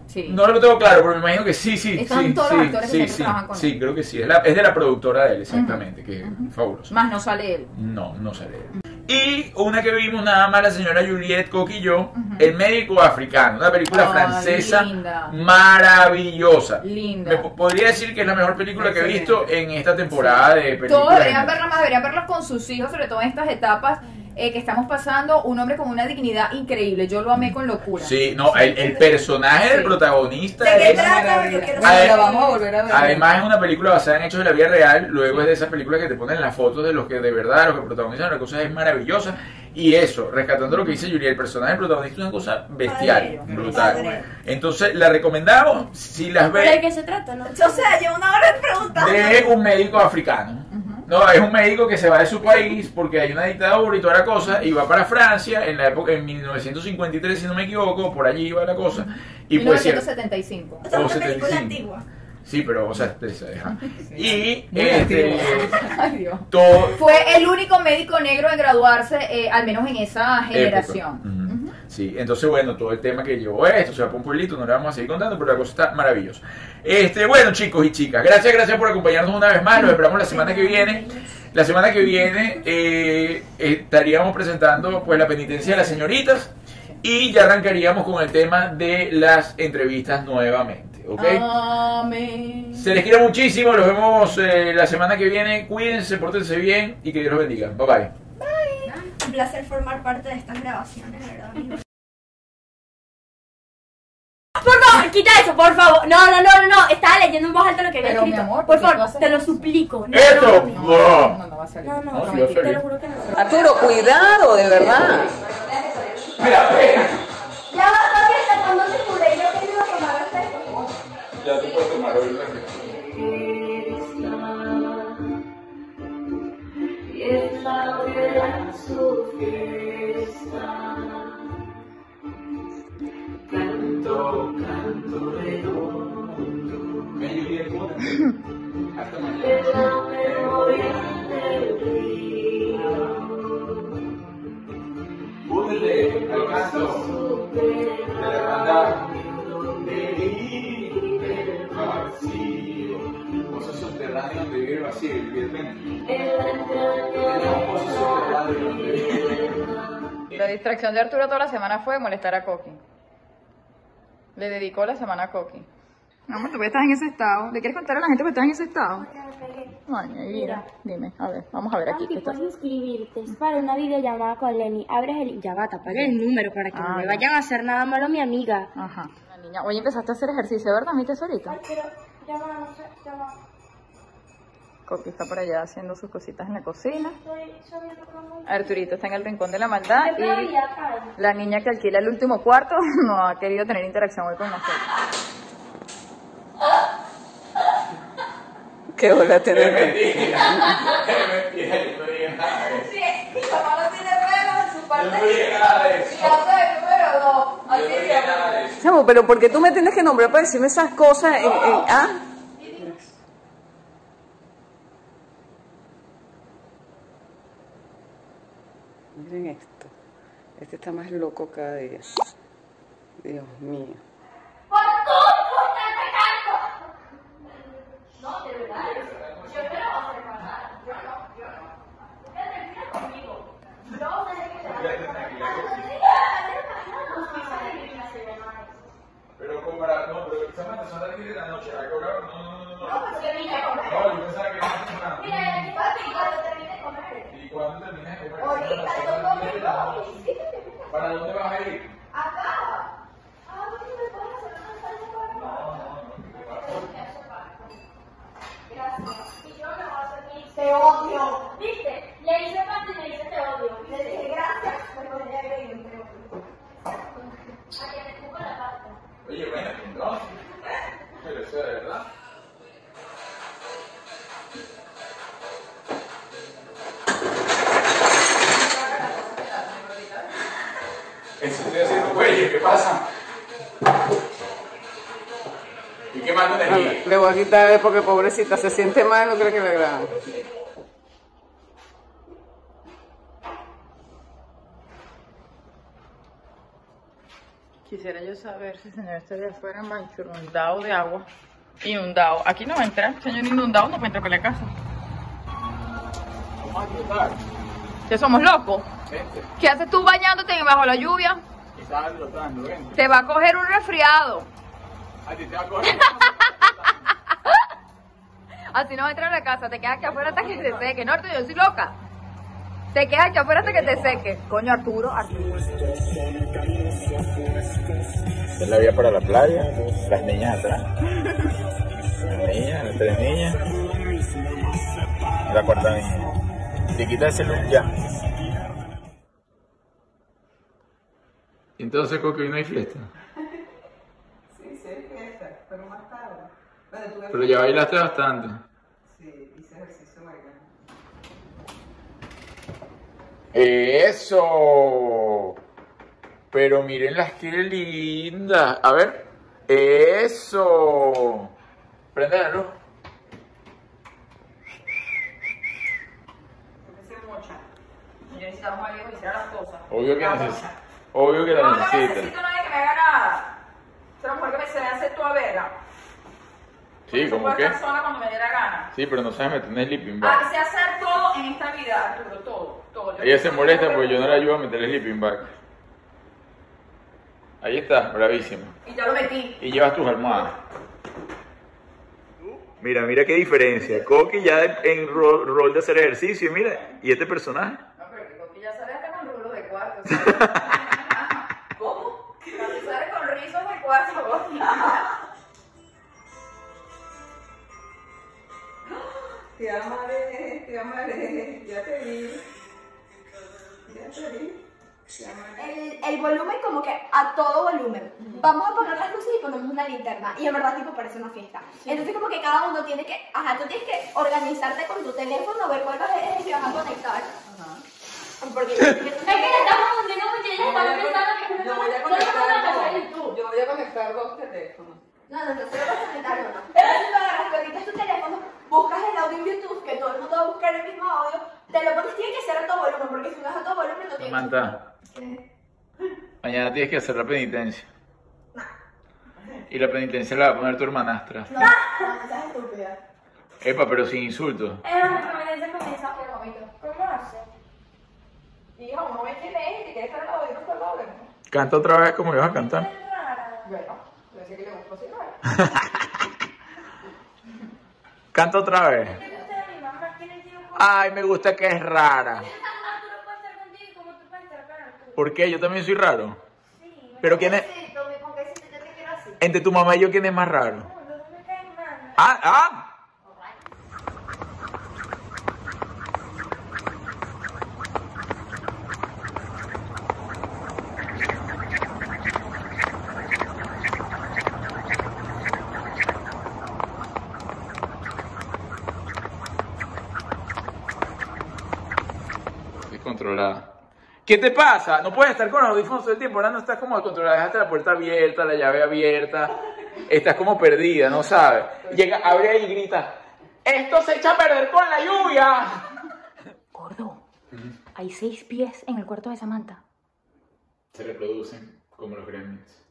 S4: Sí.
S1: no lo tengo claro, pero me imagino que sí, sí,
S4: Están
S1: sí,
S4: todos
S1: sí,
S4: los actores que
S1: sí,
S4: siempre
S1: sí,
S4: trabajan con
S1: sí,
S4: él.
S1: creo que sí, es, la- es de la productora de él, exactamente, que es fabuloso.
S4: Más no sale él.
S1: No, no se lee. Y una que vimos nada más, la señora Juliette Coqui y yo, El médico africano, una película
S4: Ay,
S1: francesa
S4: linda.
S1: maravillosa.
S4: Linda.
S1: Me po- podría decir que es la mejor película que he
S6: Excelente.
S1: visto en esta temporada de películas.
S4: Todos
S1: de
S4: deberían
S1: Netflix.
S4: verlas más, deberían verlas con sus hijos, sobre todo en estas etapas
S3: eh, que estamos pasando, un hombre con una dignidad increíble. Yo lo amé con locura.
S1: Sí, no, el, el personaje del
S3: Sí.
S1: protagonista
S5: ¿De qué
S1: es...
S5: trata? Yo
S1: A ver.
S5: quiero
S6: la
S5: saber.
S6: vamos a volver a ver.
S1: Además es una película basada en hechos de la vida real, luego es de esas películas que te ponen las fotos de los que de verdad, los que protagonizan las cosas, es maravillosa. Y eso, rescatando lo que dice Julia, el personaje del protagonista es una cosa bestial,
S5: Padre,
S1: brutal.
S5: padre.
S1: Entonces la recomendamos, si las
S8: ¿Pero de
S1: ves,
S8: qué se trata, no?
S5: O sea, llevo una hora preguntando.
S1: de un médico africano. No, es un médico que se va de su país porque hay una dictadura y toda la cosa, y va para Francia en la época, en 1953, si no me equivoco, por allí iba la cosa. Y pues, cierto-
S3: 1975.
S5: O sea,
S1: o
S5: una película
S1: 75.
S5: antigua.
S1: sí, pero, o sea, es- ajá. Y,
S6: Muy
S1: este,
S3: Ay, Dios.
S1: todo,
S3: Fue el único médico negro en graduarse, eh, al menos en esa generación.
S1: época. Ujú. Sí, entonces bueno, todo el tema que llevó esto, se va para un pueblito, no lo vamos a seguir contando, pero la cosa está maravillosa. Este, bueno, chicos y chicas, gracias, gracias por acompañarnos una vez más, los esperamos la semana que viene. La semana que viene eh, estaríamos presentando pues la penitencia de las señoritas y ya arrancaríamos con el tema de las entrevistas nuevamente, ¿ok?
S3: Amén.
S1: Se les quiere muchísimo, los vemos eh, la semana que viene, cuídense, pórtense bien y que Dios los bendiga. Bye bye.
S5: Un placer formar parte de estas grabaciones, de verdad. amigos.
S8: Por favor, quita eso, por favor. No, no, no, no, no. Estaba leyendo en voz alta lo que había
S3: Pero,
S8: escrito.
S3: mi amor, ¿por
S8: por
S3: qué tú
S8: favor,
S3: haces
S8: te lo
S3: eso?
S8: suplico. No,
S1: ¡Esto!
S8: no,
S1: ¡Oh!
S3: No, no va a salir.
S8: No, no,
S1: No, sí, va a
S8: no, te lo
S1: salir.
S8: juro que no.
S6: Arturo, cuidado, de verdad.
S1: Mira, espera.
S4: Ya va, papi, hasta cuando se cure, yo que iba a tomar hasta
S1: Ya tú puedes tomar hoy la que-
S10: La distracción de Arturo toda la semana fue molestar a Coqui. Le dedicó la semana a Coqui. No, amor, tú que estás en ese estado. ¿Le quieres contar a la gente que estás en ese estado? Ay, mira. Dime, a ver, vamos a ver aquí.
S4: Papi,
S10: qué está-
S4: puedes inscribirte para una videollamada con Lenny. Abres el... Ya va, tapale el número para que no me vayan a hacer nada malo a mi amiga.
S10: Ajá. La niña, hoy empezaste a hacer ejercicio, ¿verdad, mi tesorito?
S4: Pero, ya va, no sé, ya va.
S10: Coqui está por allá haciendo sus cositas en la cocina.
S4: Estoy subiendo como...
S10: Arturito está en el rincón de la maldad y
S4: Todavía, Karen.
S10: la niña que alquila el último cuarto no ha querido tener interacción hoy con nosotros.
S6: Que vuelve a tener.
S5: Sí, mi papá no tiene pelo en su parte.
S6: Chamo, pero ¿por qué tú me tienes que nombrar para decirme esas cosas? en- en- ¿ah? Miren esto. Este está más loco cada día. Dios mío.
S1: Pero como para, no, pero esa persona tiene la noche, ¿a qué hora? No, no, no, no. No, No, yo pensaba que no estaba Mira, papi, cuando termines de comer. ¿Y cuándo terminas de comer? Ahorita, yo como ¿Para dónde vas a ir?
S4: Te odio. ¿Viste? Le hice parte y le hice te odio. Le dije gracias, pero le dije te odio. A que te pongo la pasta.
S1: Oye, bueno, entonces. Pero eso de verdad. Eso estoy haciendo pues, cuello, ¿qué pasa? ¿Y qué más no tenía?
S6: Le voy a quitar porque pobrecita se siente mal, no creo que le agrada.
S10: Quisiera yo saber si el señor estaría afuera manchurrundado de agua. Inundado. Aquí no va a entrar. Señor inundado no puede entrar para la casa.
S1: Vamos a quitar.
S10: ¿Que somos locos?
S1: Gente,
S10: ¿Qué haces tú bañándote bajo la lluvia?
S1: estaba trotando, ven.
S10: Te va a coger un resfriado.
S1: A ti te va a correr.
S10: Así no vas a entrar a la casa. Te quedas aquí afuera hasta que se seque. No, Arturo, yo soy loca.
S3: Te quedas aquí afuera hasta que te seque. Coño, Arturo, Arturo.
S1: Esta es la vía para la playa, las niñas atrás. Las niñas, las tres niñas. La cuarta niña. Te quita ese look ya.
S11: Entonces, Coqui, hoy no hay fiesta.
S6: Sí, sí, hay fiesta, pero más tarde. Bueno, tuve
S11: Pero ya bailaste bastante.
S6: Sí, este, hice ejercicio mañana.
S1: Eh, Eso. Pero miren las que lindas. A ver. Eso. Prende la luz.
S6: mocha. Yo necesitamos a alguien que hiciera las cosas.
S1: Obvio que,
S6: La
S1: neces-
S6: mocha.
S1: Obvio que
S6: No,
S1: la
S6: no necesito
S1: necesitas.
S6: a nadie que me haga nada. Es una mujer que me se hace tu avena.
S1: Sí,
S6: Yo
S1: como
S6: puedo
S1: que.
S6: estar sola cuando me dé la gana.
S1: Sí, pero no sabes meter en el sleeping
S6: Ah,
S1: bag.
S6: sé hacer todo en esta vida, Arturo, todo, todo. Yo-
S1: Ella se molesta porque yo no la ayudo a meter el sleeping bag. Ahí está, bravísima.
S6: Y ya lo metí.
S1: Y llevas tus almohadas. Mira, mira qué diferencia. Coqui ya en ro- rol de hacer ejercicio y mira, y este personaje.
S6: No, pero que Coqui ya sale hasta con rulos de cuarto. ¿sabes? ¿Cómo? Que sale con rizos de cuarto. Coqui. Te amaré, te amaré, ya te vi. Ya te vi.
S4: El, el volumen como que a todo volumen. Vamos a apagar las luces y ponemos una linterna. Y en verdad tipo parece una fiesta. Entonces como que cada uno tiene que, ajá, tú tienes que organizarte con tu teléfono, ver cuál es el que vas a conectar. Porque
S12: Es que le estamos hundiendo mucho, ellas están pensando que
S6: Yo voy a
S12: Solo vamos a
S6: conectar
S12: pasar el
S6: dos.
S12: tú.
S6: Yo voy a conectar dos teléfonos.
S4: No, no, no, solo vas a conectar uno. Entonces tú agarras, conectas tu teléfono, buscas el audio en YouTube, que todo el mundo va a buscar el mismo audio, te lo pones, tiene que ser a todo volumen, porque si no es a todo volumen no tiene
S1: Samantha, mañana tienes que hacer la penitencia. Y la penitencia la va a poner tu hermanastra.
S4: No, estás estúpida.
S1: Epa, pero sin insultos.
S4: ¿Cómo hace?
S6: Hijo, no me quién es, te quieres estar al lado de otro lado. ¿no?
S1: Canta otra vez como ibas a cantar.
S6: Bueno, yo sé que le gusta así, ¿no?
S1: Canta otra vez. Ay, me gusta que es rara. ¿Por qué? Yo también soy raro. Pero quién es. Entre tu mamá y yo, ¿quién es más raro? Ah, ah.
S11: Descontrolada. ¿Qué te pasa? No puedes estar con los audífonos todo el tiempo. Ahora no estás como descontrolada. Dejaste la puerta abierta, la llave abierta. Estás como perdida, no sabes. Llega, abre ahí y grita. Esto se echa a perder con la lluvia.
S13: Gordo, hay seis pies en el cuarto de Samantha.
S1: Se reproducen como los gremlins.